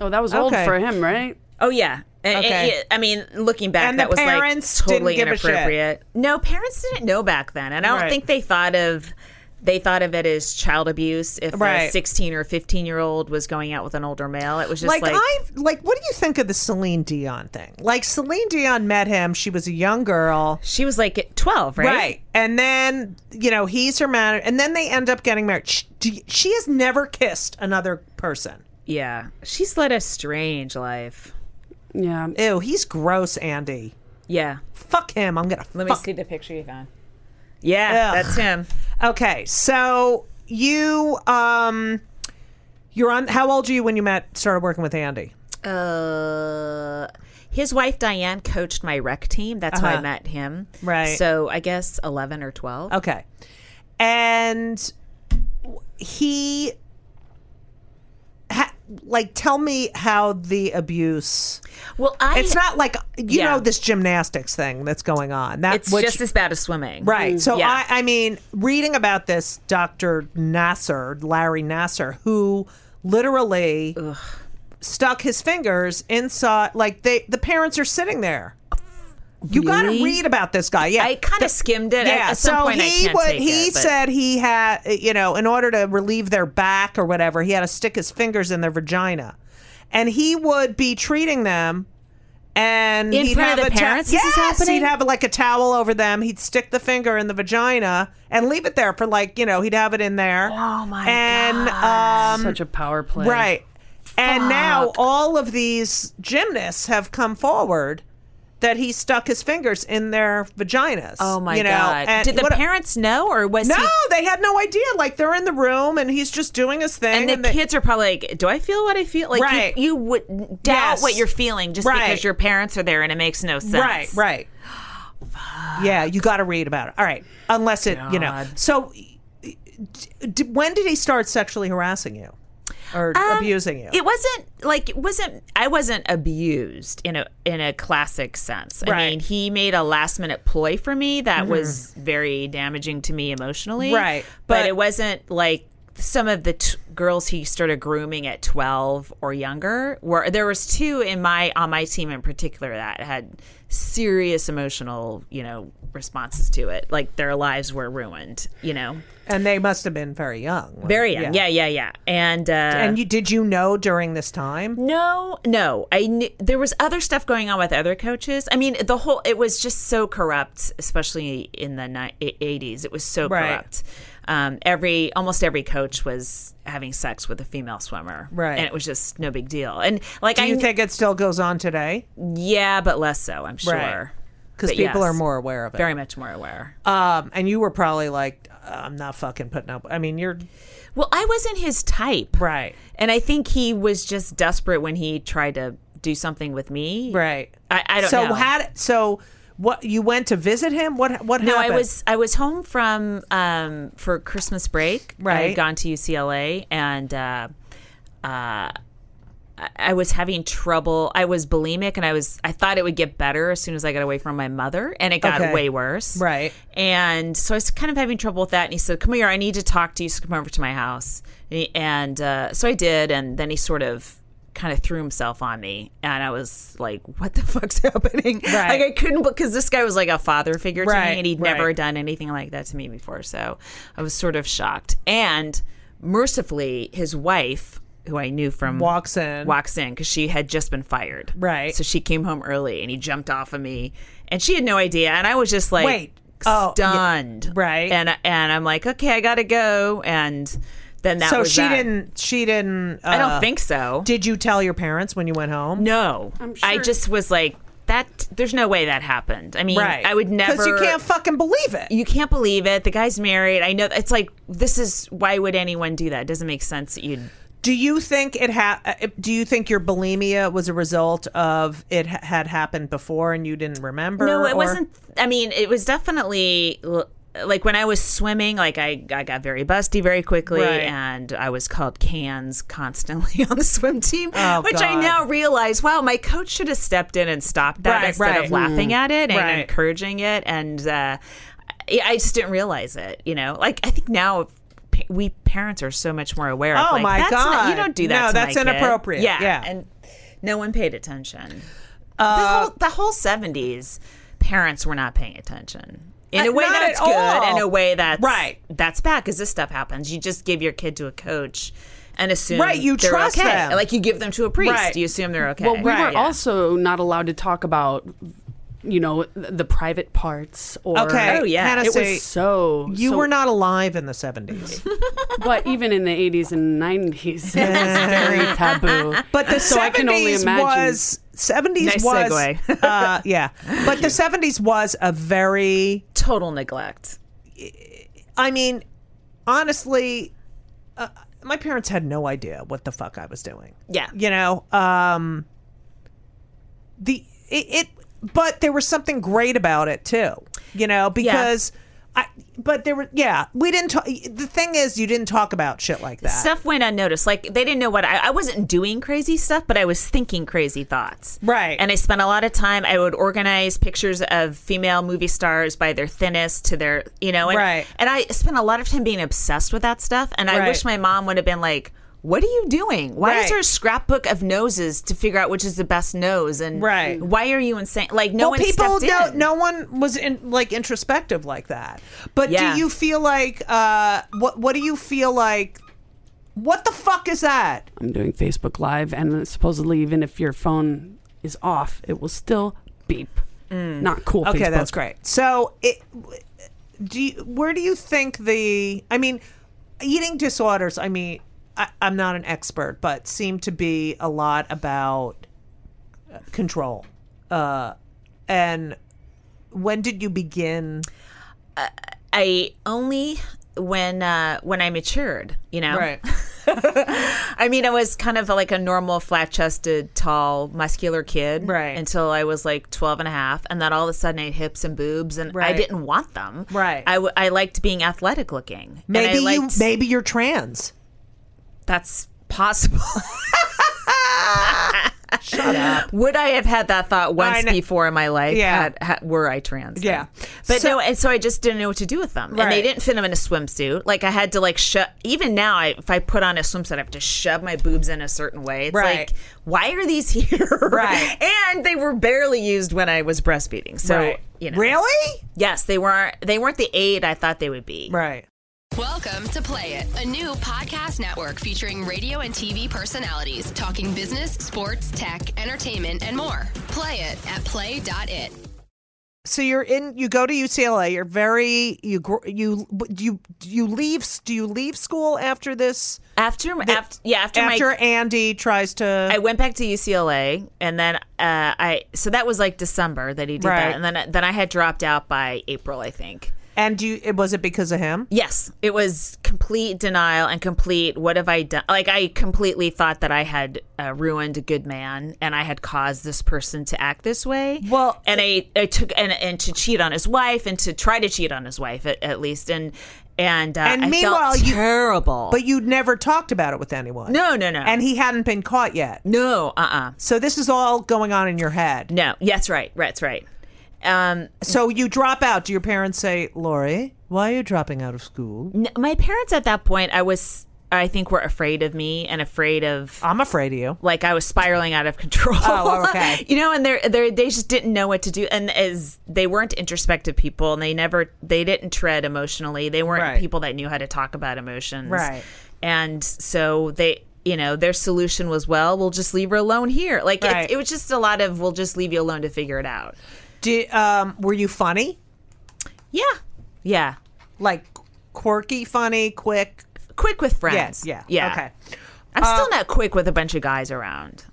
Speaker 4: Oh, that was old
Speaker 2: Okay.
Speaker 4: for him, right?
Speaker 3: Oh yeah. And- and-
Speaker 2: Okay.
Speaker 3: I mean, looking back,
Speaker 2: And the
Speaker 3: that was
Speaker 2: parents
Speaker 3: like totally
Speaker 2: didn't give a shit.
Speaker 3: inappropriate. No, parents didn't know back then, and I don't
Speaker 2: Right.
Speaker 3: think they thought of they thought of it as child abuse if
Speaker 2: Right.
Speaker 3: a sixteen or fifteen year old was going out with an older male. It was just
Speaker 2: like,
Speaker 3: like,
Speaker 2: I like what do you think of the Celine Dion thing? Like Celine Dion met him, she was a young girl.
Speaker 3: she was like at twelve, right?
Speaker 2: And then, you know, he's her man and then they end up getting married. She, do you- she has never kissed another person.
Speaker 3: Yeah, she's led a strange life.
Speaker 4: Yeah.
Speaker 2: Ew, he's gross, Andy.
Speaker 3: Yeah,
Speaker 2: Fuck him. I'm going to
Speaker 3: let me
Speaker 2: fuck.
Speaker 3: see the picture you found. Yeah,
Speaker 2: Ugh.
Speaker 3: that's him.
Speaker 2: Okay, so you um, you're on. How old are you when you met? Started working with Andy.
Speaker 3: Uh, his wife Diane coached my rec team. That's how I
Speaker 2: Uh-huh.
Speaker 3: met him.
Speaker 2: Right.
Speaker 3: So I guess eleven or twelve.
Speaker 2: Okay, and w- he. Ha, like, tell me how the abuse.
Speaker 3: Well, I
Speaker 2: It's not like you
Speaker 3: Yeah.
Speaker 2: know this gymnastics thing that's going on. That
Speaker 3: It's
Speaker 2: which-
Speaker 3: just as bad as swimming.
Speaker 2: Right. So
Speaker 3: yeah.
Speaker 2: I, I mean, reading about this, Dr. Nasser, Larry Nasser, who literally stuck his fingers inside. Like they, the parents are sitting there. You got to
Speaker 3: Really?
Speaker 2: read about this guy. Yeah,
Speaker 3: I kind
Speaker 2: The-
Speaker 3: of skimmed it. At-
Speaker 2: yeah.
Speaker 3: At, some
Speaker 2: so
Speaker 3: point,
Speaker 2: he
Speaker 3: I can't
Speaker 2: would-
Speaker 3: take
Speaker 2: he
Speaker 3: it, but-
Speaker 2: said he had you know in order to relieve their back or whatever he had to stick his fingers in their vagina, and he would be treating them. And
Speaker 3: In
Speaker 2: he'd
Speaker 3: front of
Speaker 2: have
Speaker 3: the
Speaker 2: a ta-
Speaker 3: parents, this
Speaker 2: yes,
Speaker 3: is happening?
Speaker 2: he'd have like a towel over them. He'd stick the finger in the vagina and leave it there for like you know he'd have it in there.
Speaker 3: Oh, my
Speaker 2: and,
Speaker 3: God.
Speaker 2: um,
Speaker 4: Such a power play.
Speaker 2: Right. And now all of these gymnasts have come forward that he stuck his fingers in their vaginas.
Speaker 3: "Oh my
Speaker 2: you know,
Speaker 3: god!"
Speaker 2: and
Speaker 3: Did the
Speaker 2: what a-
Speaker 3: parents know, or was
Speaker 2: No,
Speaker 3: he?
Speaker 2: they had no idea. Like they're in the room and he's just doing his thing.
Speaker 3: And the
Speaker 2: they-
Speaker 3: kids are probably like, "Do I feel what I feel?" Like you-
Speaker 2: Right.
Speaker 3: you, would doubt
Speaker 2: Yes.
Speaker 3: what you're feeling just
Speaker 2: Right.
Speaker 3: because your parents are there, and it makes no sense.
Speaker 2: Right, right. Yeah, you got to read about it. All right, unless it, you know.
Speaker 3: God.
Speaker 2: So, d- d- when did he start sexually harassing you or
Speaker 3: Um,
Speaker 2: abusing you?
Speaker 3: It wasn't like it wasn't. I wasn't abused in a in a classic sense. I
Speaker 2: Right. Mm-hmm.
Speaker 3: mean, he made a last minute ploy for me that was very damaging to me emotionally.
Speaker 2: Right.
Speaker 3: but,
Speaker 2: But-
Speaker 3: it wasn't like some of the t- girls he started grooming at 12 or younger were there was two in my on my team in particular that had serious emotional you know responses to it like their lives were ruined you know
Speaker 2: and they must have been very young. right?
Speaker 3: very young yeah yeah yeah, and uh
Speaker 2: And you did you know during this time?
Speaker 3: no, no. I knew, there was other stuff going on with other coaches. I mean, the whole it was just so corrupt, especially in the ni- 80s. It was so
Speaker 2: Right.
Speaker 3: corrupt. Um, every almost every coach was having sex with a female swimmer,
Speaker 2: Right.
Speaker 3: And it was just no big deal. And like
Speaker 2: Do
Speaker 3: I,
Speaker 2: you
Speaker 3: kn-
Speaker 2: think it still goes on today?
Speaker 3: yeah, but less so. I'm sure
Speaker 2: Because
Speaker 3: But
Speaker 2: people
Speaker 3: yes,
Speaker 2: are more aware of it.
Speaker 3: very much more aware.
Speaker 2: Um, and you were probably like, I'm not fucking putting up. I mean, you're
Speaker 3: well, I wasn't his type,
Speaker 2: right,
Speaker 3: And I think he was just desperate when he tried to do something with me,
Speaker 2: right.
Speaker 3: I, I don't
Speaker 2: so
Speaker 3: know.
Speaker 2: had so what you went to visit him? What what
Speaker 3: No,
Speaker 2: happened?
Speaker 3: I was I was home from um, for Christmas break. I
Speaker 2: Right.
Speaker 3: had gone to UCLA and uh, uh, I, I was having trouble. I was bulimic, and I was I thought it would get better as soon as I got away from my mother, and it got
Speaker 2: Okay.
Speaker 3: way worse.
Speaker 2: Right.
Speaker 3: And so I was kind of having trouble with that. And he said, "Come here, I need to talk to you. So come over to my house." And, he, and uh, so I did, and then he sort of kind of threw himself on me and i was like what the fuck's happening
Speaker 2: Right.
Speaker 3: like i couldn't because this guy was like a father figure to
Speaker 2: Right,
Speaker 3: me and he'd
Speaker 2: right.
Speaker 3: never done anything like that to me before. So I was sort of shocked. And mercifully, his wife, who I knew from
Speaker 2: walks in.
Speaker 3: walks in because she had just been fired.
Speaker 2: Right.
Speaker 3: So she came home early and he jumped off of me and she had no idea. And I was just like
Speaker 2: Wait. Oh, yeah.
Speaker 3: stunned.
Speaker 2: Right.
Speaker 3: And and I'm like, okay, I gotta go. And then that
Speaker 2: so
Speaker 3: was
Speaker 2: she
Speaker 3: that.
Speaker 2: didn't. She didn't. Uh,
Speaker 3: I don't think so.
Speaker 2: Did you tell your parents when you went home?
Speaker 3: no. I
Speaker 4: sure.
Speaker 3: just was like that there's no way that happened. I mean
Speaker 2: Right.
Speaker 3: I would never
Speaker 2: Because you can't fucking believe it.
Speaker 3: you can't believe it. The guy's married. I know. It's like this is why would anyone do that? It doesn't make sense. that You'd
Speaker 2: Do you think it ha- uh, Do you think your bulimia was a result of it ha- had happened before and you didn't remember?
Speaker 3: no, it
Speaker 2: or-
Speaker 3: wasn't. I mean, it was definitely l- like when I was swimming. Like I, I got very busty very quickly,
Speaker 2: Right.
Speaker 3: and I was called cans constantly on the swim team,
Speaker 2: Oh,
Speaker 3: which I
Speaker 2: God.
Speaker 3: now realize. Wow, my coach should have stepped in and stopped that
Speaker 2: Right,
Speaker 3: instead
Speaker 2: right. Mm.
Speaker 3: of laughing at it and
Speaker 2: Right.
Speaker 3: encouraging it. And uh, I- I just didn't realize it. You know, like I think now. pa- We parents are so much more aware. Of,
Speaker 2: Oh,
Speaker 3: like,
Speaker 2: my
Speaker 3: that's Not,
Speaker 2: God.
Speaker 3: you don't do that.
Speaker 2: No,
Speaker 3: to
Speaker 2: that's
Speaker 3: my kid."
Speaker 2: inappropriate.
Speaker 3: Yeah,
Speaker 2: Yeah.
Speaker 3: and no one paid attention. The
Speaker 2: Uh,
Speaker 3: whole- the whole seventies, parents were not paying attention. In a
Speaker 2: Uh,
Speaker 3: way
Speaker 2: not
Speaker 3: that's
Speaker 2: at all.
Speaker 3: good, in a way that's
Speaker 2: Right.
Speaker 3: That's bad because this stuff happens. You just give your kid to a coach and assume
Speaker 2: Right, you
Speaker 3: they're
Speaker 2: trust
Speaker 3: okay.
Speaker 2: them.
Speaker 3: Like you give them to a priest,
Speaker 2: Right.
Speaker 3: you assume they're okay.
Speaker 4: Well, we were
Speaker 2: Right. Yeah.
Speaker 4: also not allowed to talk about, you know, th- the private parts or.
Speaker 2: Okay.
Speaker 3: Oh, yeah.
Speaker 2: Hannah
Speaker 4: It
Speaker 2: State,
Speaker 4: was so.
Speaker 2: You
Speaker 4: so-
Speaker 2: were not alive in the 70s.
Speaker 4: But even in the 80s and 90s, it was very taboo.
Speaker 2: But the
Speaker 4: So
Speaker 2: 70s
Speaker 4: I can only imagine.
Speaker 2: was 70s
Speaker 3: Nice
Speaker 2: was
Speaker 3: segue.
Speaker 2: uh, yeah. But the 70s was a very
Speaker 3: total neglect.
Speaker 2: I mean honestly, uh, my parents had no idea what the fuck I was doing.
Speaker 3: Yeah.
Speaker 2: You know, um, the it, it but there was something great about it too. You know, because I but there were yeah, we didn't talk the thing is you didn't talk about shit like that.
Speaker 3: Stuff went unnoticed. Like they didn't know what I, I wasn't doing crazy stuff, but I was thinking crazy thoughts.
Speaker 2: Right.
Speaker 3: And I spent a lot of time. I would organize pictures of female movie stars by their thinnest to their, you know, and,
Speaker 2: Right.
Speaker 3: And I spent a lot of time being obsessed with that stuff. And I
Speaker 2: Right.
Speaker 3: wish my mom would have been like. What are you doing? Why
Speaker 2: Right.
Speaker 3: is there a scrapbook of noses to figure out which is the best nose? And
Speaker 2: Right.
Speaker 3: why are you insane? Like
Speaker 2: well,
Speaker 3: no one
Speaker 2: people
Speaker 3: stepped
Speaker 2: don't.
Speaker 3: in.
Speaker 2: No one was in like introspective like that. But
Speaker 3: Yeah.
Speaker 2: do you feel like uh, what? What do you feel like? What the fuck is that?
Speaker 4: I'm doing Facebook Live, and supposedly, even if your phone is off, it will still beep. Not cool.
Speaker 2: Mm. Okay,
Speaker 4: Facebook.
Speaker 2: that's great. So, it do you, where do you think the? I mean, eating disorders. I mean, I, I'm not an expert, but seem to be a lot about uh, control. Uh, and when did you begin?
Speaker 3: I only when uh, when I matured, you know. I mean, I was kind of like a normal, flat chested, tall, muscular kid.
Speaker 2: Right.
Speaker 3: Until I was like 12 and a half. And then all of a sudden I had hips and boobs and I
Speaker 2: Right.
Speaker 3: didn't want them.
Speaker 2: Right.
Speaker 3: I, w- I liked being athletic looking. And I
Speaker 2: Maybe you.
Speaker 3: liked-
Speaker 2: Maybe you're trans.
Speaker 3: That's possible. Shut up. Would I have had that thought
Speaker 2: I
Speaker 3: once
Speaker 2: kn-
Speaker 3: before in my life?
Speaker 2: Yeah.
Speaker 3: Had, had, were I trans? then?
Speaker 2: Yeah.
Speaker 3: But
Speaker 2: So-
Speaker 3: no, and so I just didn't know what to do with them, and they
Speaker 2: Right.
Speaker 3: didn't fit them in a swimsuit. Like I had to like shut. Even now, I, if I put on a swimsuit, I have to shove my boobs in a certain way. It's
Speaker 2: Right.
Speaker 3: like, why are these here?
Speaker 2: Right.
Speaker 3: and they were barely used when I was breastfeeding. So you know,
Speaker 2: Really?
Speaker 3: yes, they weren't. They weren't the aid I thought they would be.
Speaker 2: Right.
Speaker 5: Welcome to Play It, a new podcast network featuring radio and TV personalities talking business, sports, tech, entertainment, and more. Play it at play.it.
Speaker 2: So you're in. You go to UCLA. You're very. You gr- you you you leave. Do you leave school after this?
Speaker 3: After, after yeah, after, my
Speaker 2: After Andy tries to.
Speaker 3: I went back to UCLA, and then uh, I so that was like December that he did
Speaker 2: Right.
Speaker 3: that, and then then I had dropped out by April, I think.
Speaker 2: and do you, it was it because of him?
Speaker 3: Yes, it was complete denial and complete. What have I done? Like I completely thought that I had uh, ruined a good man, and I had caused this person to act this way.
Speaker 2: Well-
Speaker 3: and I, I took and and to cheat on his wife, and to try to cheat on his wife at, at least, and and uh,
Speaker 2: And
Speaker 3: I
Speaker 2: meanwhile,
Speaker 3: felt
Speaker 2: you-
Speaker 3: terrible.
Speaker 2: But you'd never talked about it with anyone.
Speaker 3: no, no, no,
Speaker 2: And he hadn't been caught yet.
Speaker 3: no, uh, uh
Speaker 2: So this is all going on in your head.
Speaker 3: no. Yes, right, right, that's right. Um,
Speaker 2: So you drop out. Do your parents say, Lori, why are you dropping out of school?
Speaker 3: N- my parents at that point i was i think were afraid of me and afraid of
Speaker 2: I'm afraid of you.
Speaker 3: like i was spiraling out of control
Speaker 2: Oh, okay.
Speaker 3: you know and they're, they're they just didn't know what to do and as they weren't introspective people and they never they didn't tread emotionally they weren't
Speaker 2: Right.
Speaker 3: people that knew how to talk about emotions
Speaker 2: Right.
Speaker 3: and so they you know their solution was well we'll just leave her alone here like
Speaker 2: Right.
Speaker 3: it, it was just a lot of we'll just leave you alone to figure it out
Speaker 2: Did, um, were you funny?
Speaker 3: yeah yeah
Speaker 2: Like quirky, funny, quick?
Speaker 3: quick with friends
Speaker 2: Yes. Yeah.
Speaker 3: yeah
Speaker 2: Okay. Uh,
Speaker 3: i'm still not quick with a bunch of guys around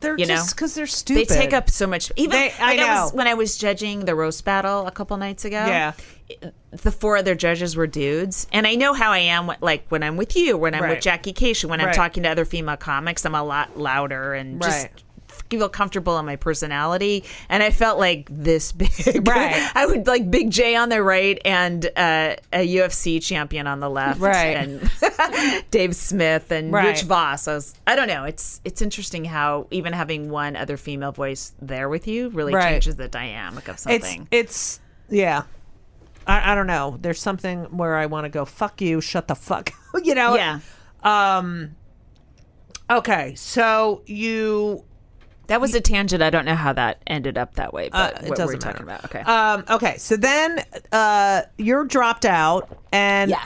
Speaker 2: They're
Speaker 3: You
Speaker 2: just
Speaker 3: know?
Speaker 2: because they're
Speaker 3: They
Speaker 2: stupid.
Speaker 3: take up so much. Even
Speaker 2: They- I
Speaker 3: like was,
Speaker 2: know.
Speaker 3: when I was judging the roast battle a couple nights ago.
Speaker 2: Yeah.
Speaker 3: The four other judges were dudes, and I know how I am. wh- Like when I'm with you, when I'm
Speaker 2: Right.
Speaker 3: with Jackie Cation, when
Speaker 2: Right.
Speaker 3: I'm talking to other female comics, I'm a lot louder and just
Speaker 2: Right.
Speaker 3: feel comfortable in my personality. And I felt like this big.
Speaker 2: Right.
Speaker 3: I would like Big J on the right and uh, a UFC champion on the left.
Speaker 2: Right.
Speaker 3: And Dave Smith and
Speaker 2: Right.
Speaker 3: Rich Voss. I, was, I don't know. It's it's interesting how even having one other female voice there with you really
Speaker 2: Right.
Speaker 3: changes the dynamic of
Speaker 2: It's,
Speaker 3: something.
Speaker 2: it's, yeah. I, I don't know. There's something where I want to go, fuck you, shut the fuck. you know?
Speaker 3: yeah,
Speaker 2: Okay. So you
Speaker 3: that was a tangent. I don't know how that ended up that way, but
Speaker 2: Uh,
Speaker 3: what
Speaker 2: doesn't
Speaker 3: we're talking
Speaker 2: matter.
Speaker 3: about. Okay.
Speaker 2: Um, okay. So then uh, you're dropped out, and
Speaker 3: Yeah.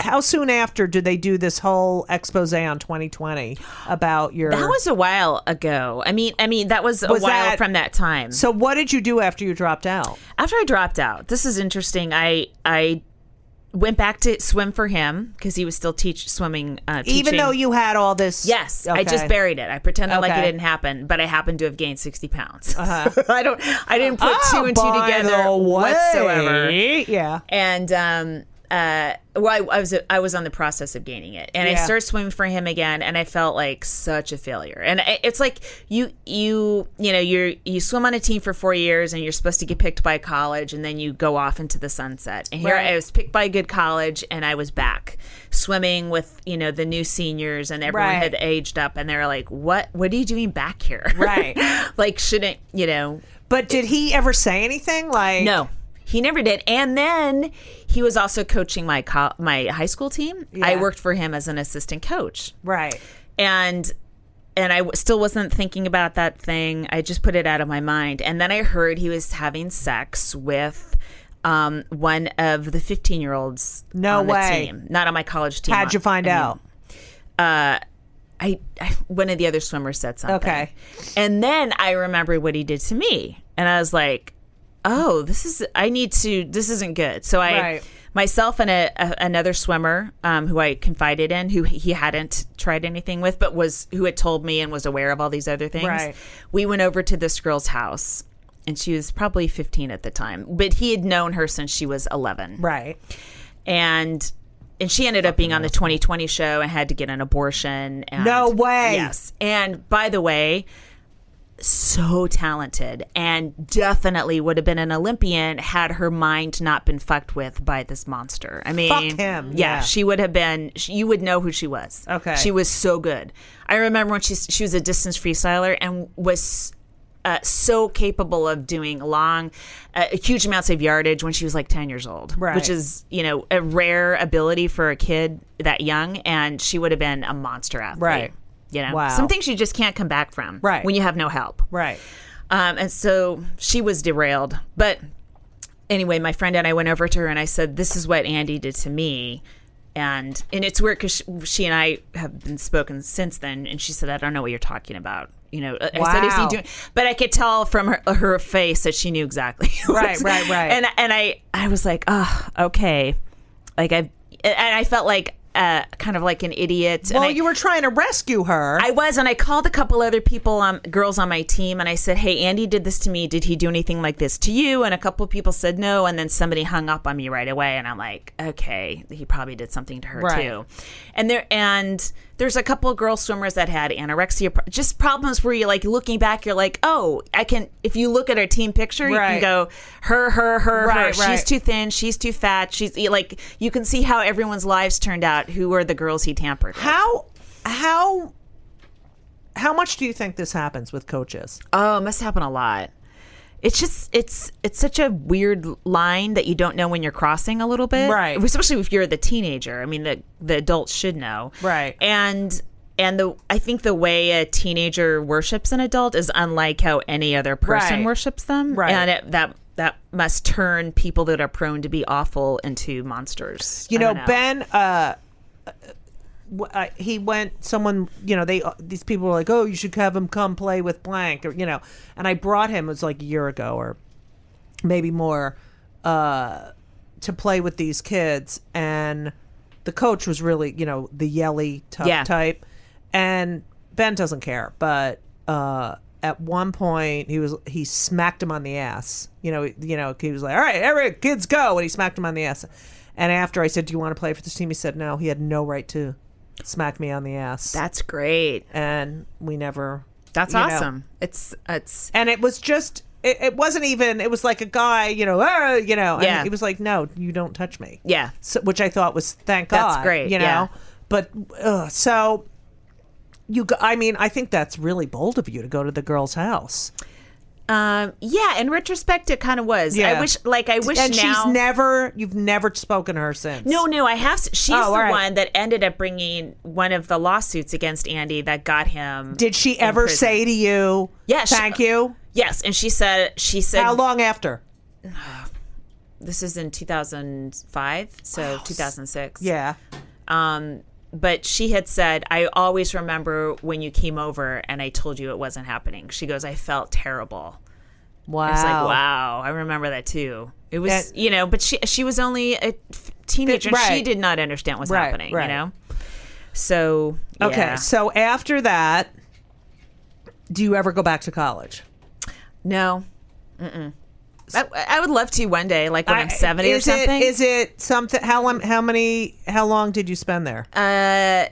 Speaker 2: how soon after do they do this whole expose on 2020 about your?
Speaker 3: that was a while ago. I mean, I mean that was a
Speaker 2: Was
Speaker 3: while
Speaker 2: that-
Speaker 3: from that time.
Speaker 2: so. What did you do after you dropped out?
Speaker 3: after I dropped out, this is interesting. I I went back to swim for him because he was still teach swimming. Uh,
Speaker 2: Even
Speaker 3: teaching.
Speaker 2: though you had all this,
Speaker 3: Yes, I
Speaker 2: Okay.
Speaker 3: just buried it. I pretended like it
Speaker 2: Okay.
Speaker 3: didn't happen, but I happened to have gained sixty pounds. I don't. I didn't put
Speaker 2: Oh,
Speaker 3: two and two
Speaker 2: by
Speaker 3: together
Speaker 2: the way.
Speaker 3: whatsoever.
Speaker 2: Yeah.
Speaker 3: And um, uh, well, I, I was I was on the process of gaining it, and
Speaker 2: Yeah.
Speaker 3: I started swimming for him again, and I felt like such a failure. And I, it's like you you you know you are you swim on a team for four years, and you're supposed to get picked by a college, and then you go off into the sunset. And here
Speaker 2: Right.
Speaker 3: I was picked by a good college, and I was back swimming with you know the new seniors, and everyone
Speaker 2: Right.
Speaker 3: had aged up, and they're like, "What what are you doing back here?
Speaker 2: Right.
Speaker 3: like shouldn't you know
Speaker 2: But did he ever say anything? Like
Speaker 3: no, he never did. And then he was also coaching my co- my high school team. I
Speaker 2: Yeah.
Speaker 3: worked for him as an assistant coach,
Speaker 2: Right.
Speaker 3: and and I w- still wasn't thinking about that thing. I just put it out of my mind. And then I heard he was having sex with. Um, one of the 15 year olds
Speaker 2: No
Speaker 3: on the
Speaker 2: way.
Speaker 3: team, not on my college team.
Speaker 2: How'd you find
Speaker 3: I mean,
Speaker 2: out?
Speaker 3: I, I one of the other swimmers said something.
Speaker 2: Okay.
Speaker 3: And then I remembered what he did to me. And I was like, oh, this is, I need to, this isn't good. So I,
Speaker 2: Right.
Speaker 3: myself and a, a, another swimmer um, who I confided in, who he hadn't tried anything with, but was, who had told me and was aware of all these other things.
Speaker 2: Right.
Speaker 3: We went over to this girl's house and she was probably 15 at the time, but he had known her since she was 11
Speaker 2: Right.
Speaker 3: and and she ended up being on the 2020 show and had to get an abortion. And,
Speaker 2: No way.
Speaker 3: Yes. And by the way, so talented and definitely would have been an Olympian had her mind not been fucked with by this monster. I mean,
Speaker 2: him,
Speaker 3: Yeah,
Speaker 2: yeah.
Speaker 3: she would have been. She, you would know who she was.
Speaker 2: Okay.
Speaker 3: She was so good. I remember when she she was a distance freestyler and was uh, so capable of doing long, uh, huge amounts of yardage when she was like 10 years old,
Speaker 2: Right.
Speaker 3: which is, you know, a rare ability for a kid that young. And she would have been a monster athlete.
Speaker 2: Right.
Speaker 3: You know,
Speaker 2: Wow.
Speaker 3: some things you just can't come back from
Speaker 2: Right.
Speaker 3: when you have no help.
Speaker 2: Right.
Speaker 3: Um, and so she was derailed. But anyway, my friend and I went over to her and I said, This is what Andy did to me. And, and it's weird because she, she and I have been spoken since then. And she said, I don't know what you're talking about. You know, I- I said, Is
Speaker 2: Wow.
Speaker 3: he doing? But I could tell from her, her face that she knew exactly. what
Speaker 2: Right,
Speaker 3: was-
Speaker 2: right, right.
Speaker 3: And, and I, I was like, Oh, okay. Like, I, and I felt like, uh, kind of like an idiot. and
Speaker 2: Well,
Speaker 3: I,
Speaker 2: you were trying to rescue her.
Speaker 3: I was, and I called a couple other people, um, girls on my team, and I said, "Hey, Andy did this to me. Did he do anything like this to you?" And a couple people said no, and then somebody hung up on me right away, and I'm like, "Okay, he probably did something to her
Speaker 2: Right.
Speaker 3: too." And there, and there's a couple girl swimmers that had anorexia, pro- just problems where you're like looking back, you're like, "Oh, I can." If you look at our team picture, you
Speaker 2: Right.
Speaker 3: can go, "Her, her, her, her.
Speaker 2: Right,
Speaker 3: She's
Speaker 2: right.
Speaker 3: too thin. She's too fat. She's like." You can see how everyone's lives turned out. Who were the girls he tampered? with.
Speaker 2: how how how much do you think this happens with coaches?
Speaker 3: Oh, it must happen a lot. It's just it's it's such a weird line that you don't know when you're crossing a little bit,
Speaker 2: Right.
Speaker 3: Especially if you're the teenager. I mean, the the adults should know,
Speaker 2: Right.
Speaker 3: And and the I think the way a teenager worships an adult is unlike how any other person
Speaker 2: Right.
Speaker 3: worships them,
Speaker 2: Right.
Speaker 3: And it, that that must turn people that are prone to be awful into monsters.
Speaker 2: You
Speaker 3: I
Speaker 2: know,
Speaker 3: don't
Speaker 2: Ben. Uh, w- uh, he went. Someone, you know, they uh, these people were like, "Oh, you should have him come play with blank," or you know. And I brought him. It was like a year ago, or maybe more, uh, to play with these kids. And the coach was really, you know, the yelly tough
Speaker 3: Yeah.
Speaker 2: type. And Ben doesn't care, but uh, at one point he was he smacked him on the ass. You know, you know, he was like, "All right, every kids go," and he smacked him on the ass. And after I said, "Do you want to play for this team?" He said, "No." He had no right to smack me on the ass.
Speaker 3: That's great.
Speaker 2: and we never.
Speaker 3: That's
Speaker 2: you know,
Speaker 3: awesome. It's it's
Speaker 2: and it was just it, it wasn't even it was like a guy you know "Ah," you know and
Speaker 3: Yeah.
Speaker 2: he was like no you don't touch me
Speaker 3: yeah.
Speaker 2: so, which i thought was thank
Speaker 3: That's
Speaker 2: god
Speaker 3: great,
Speaker 2: you know
Speaker 3: yeah.
Speaker 2: but ugh, so you go, i mean i think that's really bold of you to go to the girl's house
Speaker 3: Um, yeah, in retrospect, it kind of was. I
Speaker 2: Yeah.
Speaker 3: wish, like, I wish
Speaker 2: and
Speaker 3: now.
Speaker 2: she's never you've never spoken to her since
Speaker 3: no, no, I have. s- She's
Speaker 2: Oh,
Speaker 3: the
Speaker 2: all right.
Speaker 3: one that ended up bringing one of the lawsuits against Andy that got him.
Speaker 2: did she ever
Speaker 3: prison.
Speaker 2: say to you
Speaker 3: Yeah, she- uh,
Speaker 2: thank you
Speaker 3: yes, and she said she said
Speaker 2: how long after
Speaker 3: this is in 2005, so 2006.
Speaker 2: yeah
Speaker 3: Um, but she had said, I always remember when you came over and I told you it wasn't happening. She goes, I felt terrible.
Speaker 2: wow
Speaker 3: It's like, wow, I remember that too. It was,
Speaker 2: That-
Speaker 3: you know, but she she was only a f- teenager. and She
Speaker 2: Right.
Speaker 3: did not understand what was
Speaker 2: Right,
Speaker 3: happening,
Speaker 2: right.
Speaker 3: you know. So
Speaker 2: okay
Speaker 3: yeah.
Speaker 2: so after that do you ever go back to college
Speaker 3: no, I, I would love to one day, like when I, am 70 or
Speaker 2: is it-
Speaker 3: something.
Speaker 2: is it something? How long? How many? How long did you spend there?
Speaker 3: Uh,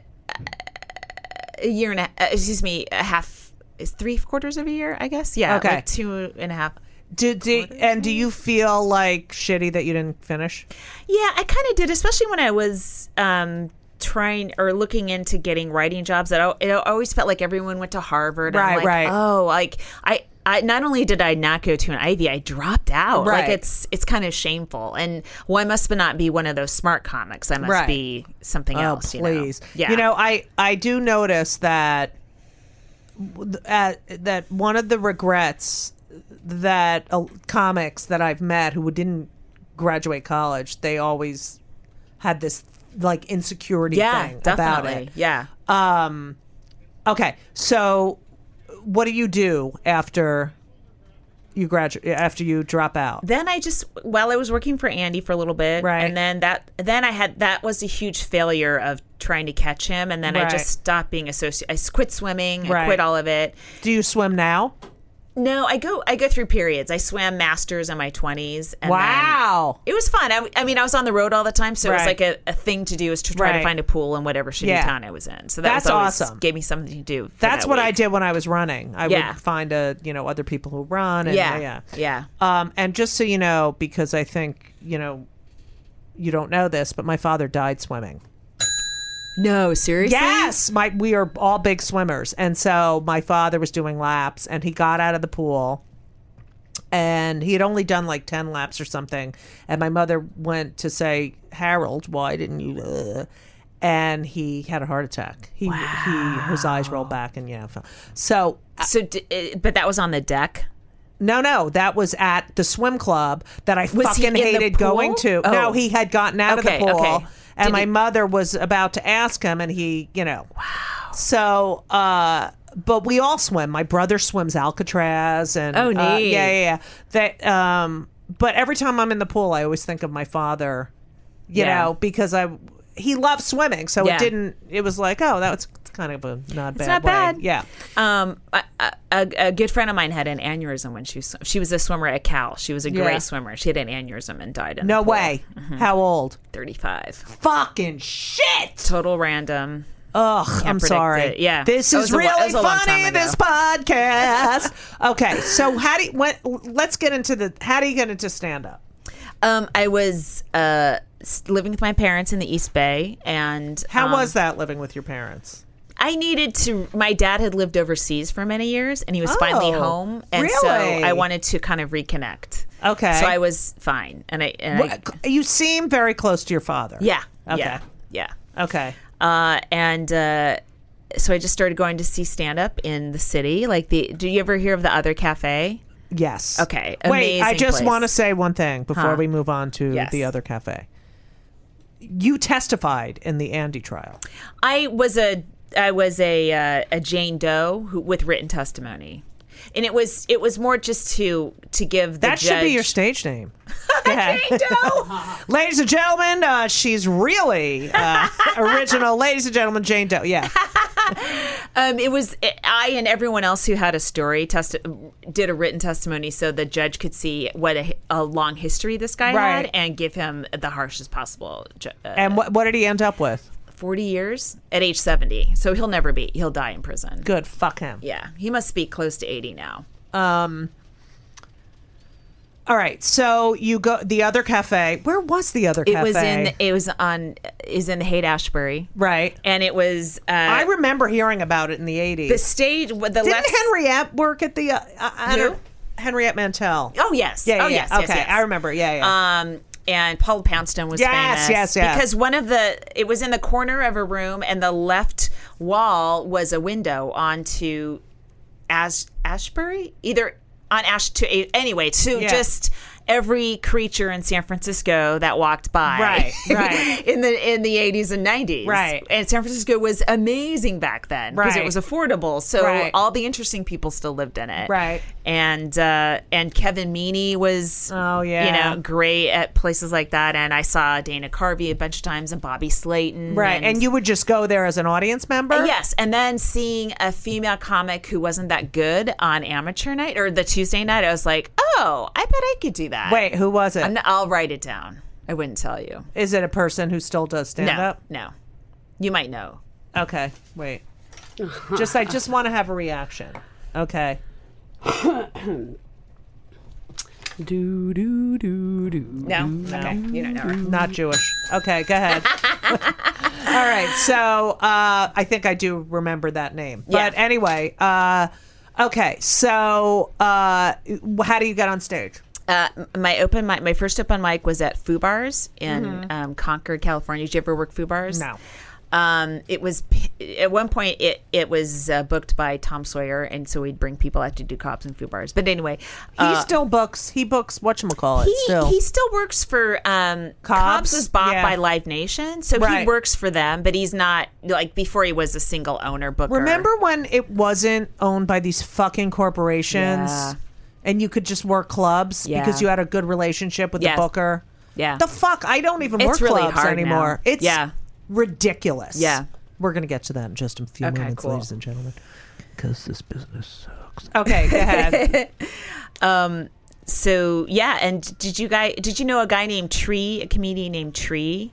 Speaker 3: a year and a, uh, excuse me, a half is three quarters of a year, I guess. Yeah,
Speaker 2: Okay.
Speaker 3: like two and a half.
Speaker 2: Did, did and do you feel like shitty that you didn't finish?
Speaker 3: Yeah, I kind of did, especially when I was um, trying or looking into getting writing jobs. That I- it always felt like everyone went to Harvard. I'm
Speaker 2: Right,
Speaker 3: like,
Speaker 2: right.
Speaker 3: Oh, like I. I, not only did I not go to an Ivy, I dropped out.
Speaker 2: Right.
Speaker 3: Like it's it's kind of shameful. And well, I must not be one of those smart comics. I must
Speaker 2: Right.
Speaker 3: be something
Speaker 2: Oh,
Speaker 3: else.
Speaker 2: please.
Speaker 3: You know? Yeah.
Speaker 2: You know, I I do notice that uh, that one of the regrets that uh, comics that I've met who didn't graduate college, they always had this like insecurity
Speaker 3: yeah,
Speaker 2: thing
Speaker 3: definitely.
Speaker 2: about it.
Speaker 3: Yeah.
Speaker 2: Okay, so what do you do after you graduate? After you drop out?
Speaker 3: then I just while I was working for Andy for a little bit,
Speaker 2: Right.
Speaker 3: And then that then I had that was a huge failure of trying to catch him, and then I
Speaker 2: Right.
Speaker 3: just stopped being associated. I s- quit swimming,
Speaker 2: Right.
Speaker 3: I quit all of it.
Speaker 2: Do you swim now?
Speaker 3: No, I go I go through periods. I swam masters in my twenties.
Speaker 2: Wow.
Speaker 3: it was fun. I, I mean, I was on the road all the time, so it was
Speaker 2: Right.
Speaker 3: like a, a thing to do is to try
Speaker 2: Right.
Speaker 3: to find a pool in whatever shitty
Speaker 2: Yeah.
Speaker 3: town I was in. So that
Speaker 2: That's
Speaker 3: was always,
Speaker 2: awesome.
Speaker 3: Gave me something to do. for
Speaker 2: That's
Speaker 3: that
Speaker 2: what
Speaker 3: week.
Speaker 2: I did when I was running. I
Speaker 3: Yeah.
Speaker 2: would find a you know other people who run. And,
Speaker 3: Yeah,
Speaker 2: yeah,
Speaker 3: yeah.
Speaker 2: Um, and just so you know, because I think you know, you don't know this, but my father died swimming.
Speaker 3: No, seriously.
Speaker 2: Yes, my we are all big swimmers, and so my father was doing laps, and he got out of the pool, and he had only done like ten laps or something, and my mother went to say, "Harold, why didn't you?" uh?" And he had a heart attack. He, he his eyes rolled back, and yeah, fell. so
Speaker 3: So, d- uh, but that was on the deck.
Speaker 2: no, no, that was at the swim club that I
Speaker 3: he
Speaker 2: fucking
Speaker 3: in the
Speaker 2: hated
Speaker 3: pool?
Speaker 2: going to.
Speaker 3: Oh.
Speaker 2: No, he had gotten out
Speaker 3: Okay,
Speaker 2: of the pool,
Speaker 3: okay.
Speaker 2: and
Speaker 3: Did
Speaker 2: my
Speaker 3: he-
Speaker 2: mother was about to ask him, and he, you know, wow. So, uh, but we all swim. My brother swims Alcatraz, and
Speaker 3: Oh,
Speaker 2: uh, yeah,
Speaker 3: neat.
Speaker 2: yeah, yeah. That, um, but every time I'm in the pool, I always think of my father, you
Speaker 3: Yeah.
Speaker 2: know, because I he loved swimming, so
Speaker 3: Yeah.
Speaker 2: it didn't. It was like, oh, that was kind of a not bad.
Speaker 3: not
Speaker 2: way.
Speaker 3: bad.
Speaker 2: Yeah.
Speaker 3: Um, a, a, a good friend of mine had an aneurysm when she was, she was a swimmer at Cal. She was a great
Speaker 2: Yeah.
Speaker 3: swimmer. She had an aneurysm and died. In
Speaker 2: No
Speaker 3: the pool.
Speaker 2: way.
Speaker 3: Mm-hmm.
Speaker 2: How old?
Speaker 3: Thirty five.
Speaker 2: Fucking shit.
Speaker 3: Total random.
Speaker 2: Ugh, I'm
Speaker 3: predict
Speaker 2: sorry.
Speaker 3: it. Yeah.
Speaker 2: this
Speaker 3: That
Speaker 2: is
Speaker 3: was a wa- that
Speaker 2: really
Speaker 3: was a long
Speaker 2: funny.
Speaker 3: time ago.
Speaker 2: This podcast. okay, so how do you, what, let's get into the how do you get into stand up?
Speaker 3: Um, I was uh s- living with my parents in the East Bay, and
Speaker 2: How
Speaker 3: um,
Speaker 2: was that living with your parents?
Speaker 3: I needed to. My dad had lived overseas for many years, and he was finally
Speaker 2: Oh,
Speaker 3: home, and so
Speaker 2: really?
Speaker 3: I wanted to kind of reconnect.
Speaker 2: Okay.
Speaker 3: so I was fine, and I, and I
Speaker 2: What- you seem very close to your father.
Speaker 3: yeah,
Speaker 2: Okay.
Speaker 3: yeah, yeah.
Speaker 2: Okay.
Speaker 3: uh, and uh, so I just started going to see stand up in the city. Like the, do you ever hear of the Other Cafe?
Speaker 2: Yes.
Speaker 3: Okay,
Speaker 2: Wait, I
Speaker 3: amazing
Speaker 2: just
Speaker 3: place.
Speaker 2: want to say one thing before
Speaker 3: Huh.
Speaker 2: we move on to
Speaker 3: Yes.
Speaker 2: the other cafe. You testified in the Andy trial.
Speaker 3: I was a I was a uh, a Jane Doe who, with written testimony, and it was it was more just to to give the
Speaker 2: That should be your
Speaker 3: judge-
Speaker 2: stage name. Go ahead.
Speaker 3: Jane Doe.
Speaker 2: Ladies and gentlemen, uh, she's really uh, original. Ladies and gentlemen, Jane Doe. Yeah.
Speaker 3: Um, it was I and everyone else who had a story testi- did a written testimony so the judge could see what a, a long history this guy
Speaker 2: Right.
Speaker 3: had and give him the harshest possible ju- uh,
Speaker 2: And what, what did he end up with?
Speaker 3: 40 years at age 70. So he'll never be. He'll die in prison.
Speaker 2: Good. Fuck him. Um,
Speaker 3: Yeah. He must be close to 80 now.
Speaker 2: All right. So you go the other cafe. Where was the other
Speaker 3: It
Speaker 2: cafe?
Speaker 3: was in it was on is in Haight Ashbury.
Speaker 2: right.
Speaker 3: And it was uh
Speaker 2: I remember hearing about it in the eighties.
Speaker 3: the stage with the
Speaker 2: Didn't
Speaker 3: left
Speaker 2: Henriette work at the? Uh, I, I
Speaker 3: Who?
Speaker 2: don't- Henriette Mantel.
Speaker 3: Oh yes.
Speaker 2: Yeah. yeah,
Speaker 3: oh
Speaker 2: yeah.
Speaker 3: yes.
Speaker 2: Okay.
Speaker 3: yes, yes.
Speaker 2: I remember. Yeah. Yeah.
Speaker 3: Um and Paula Poundstone was
Speaker 2: Yes,
Speaker 3: famous.
Speaker 2: yes, yes.
Speaker 3: Because one of the it was in the corner of a room and the left wall was a window onto Ash Ashbury? Either on Ash to a- anyway, to
Speaker 2: Yeah.
Speaker 3: just every creature in San Francisco that walked by.
Speaker 2: Right, right.
Speaker 3: in the in the eighties and nineties.
Speaker 2: Right.
Speaker 3: And San Francisco was amazing back then because
Speaker 2: Right.
Speaker 3: it was affordable. So
Speaker 2: Right.
Speaker 3: all the interesting people still lived in it.
Speaker 2: Right.
Speaker 3: And uh, and Kevin Meaney was
Speaker 2: Oh, yeah.
Speaker 3: you know, great at places like that. And I saw Dana Carvey a bunch of times and Bobby Slayton.
Speaker 2: right. And you would just go there as an audience member.
Speaker 3: Yes, and then seeing a female comic who wasn't that good on amateur night or the Tuesday night, I was like, Oh, I bet I could do that.
Speaker 2: Wait, who was it?
Speaker 3: I'm not, I'll write it down. I wouldn't tell you.
Speaker 2: Is it a person who still does stand
Speaker 3: No,
Speaker 2: up?
Speaker 3: no. You might know.
Speaker 2: Okay, wait. just I just want to have a reaction. Okay.
Speaker 4: Do do do do.
Speaker 3: No,
Speaker 2: Mm-hmm.
Speaker 3: okay. You don't know. Her.
Speaker 2: Not Jewish. Okay, go ahead. All right. So uh, I think I do remember that name. But
Speaker 3: Yeah.
Speaker 2: anyway, uh, okay. So uh, how do you get on stage?
Speaker 3: Uh, my open mic, my first open mic was at Foo Bars in um, Concord, California. Did you ever work Foo Bars?
Speaker 2: Mm-hmm. No.
Speaker 3: Um, it was p- at one point it it was uh, booked by Tom Sawyer, and so we'd bring people out to do cops and Foo Bars. But anyway, uh,
Speaker 2: He still books. He books whatchamacallit
Speaker 3: he,
Speaker 2: still.
Speaker 3: he still works for um Cobbs
Speaker 2: Cobbs?
Speaker 3: was bought
Speaker 2: Yeah.
Speaker 3: by Live Nation, so he
Speaker 2: Right.
Speaker 3: works for them, but he's not like before he was a single owner booker.
Speaker 2: Remember when it wasn't owned by these fucking corporations
Speaker 3: Yeah.
Speaker 2: and you could just work clubs
Speaker 3: Yeah.
Speaker 2: because you had a good relationship with
Speaker 3: Yes.
Speaker 2: the booker?
Speaker 3: Yeah.
Speaker 2: The fuck? I don't even
Speaker 3: It's
Speaker 2: work
Speaker 3: really
Speaker 2: clubs
Speaker 3: hard now.
Speaker 2: anymore. It's
Speaker 3: Yeah.
Speaker 2: ridiculous.
Speaker 3: Yeah.
Speaker 2: We're going to get to that in just a few
Speaker 3: Okay,
Speaker 2: moments,
Speaker 3: cool.
Speaker 2: ladies and gentlemen. Because this business sucks. Okay, go ahead.
Speaker 3: Um, so yeah, and did you guys did you know a guy named Tree, a comedian named Tree?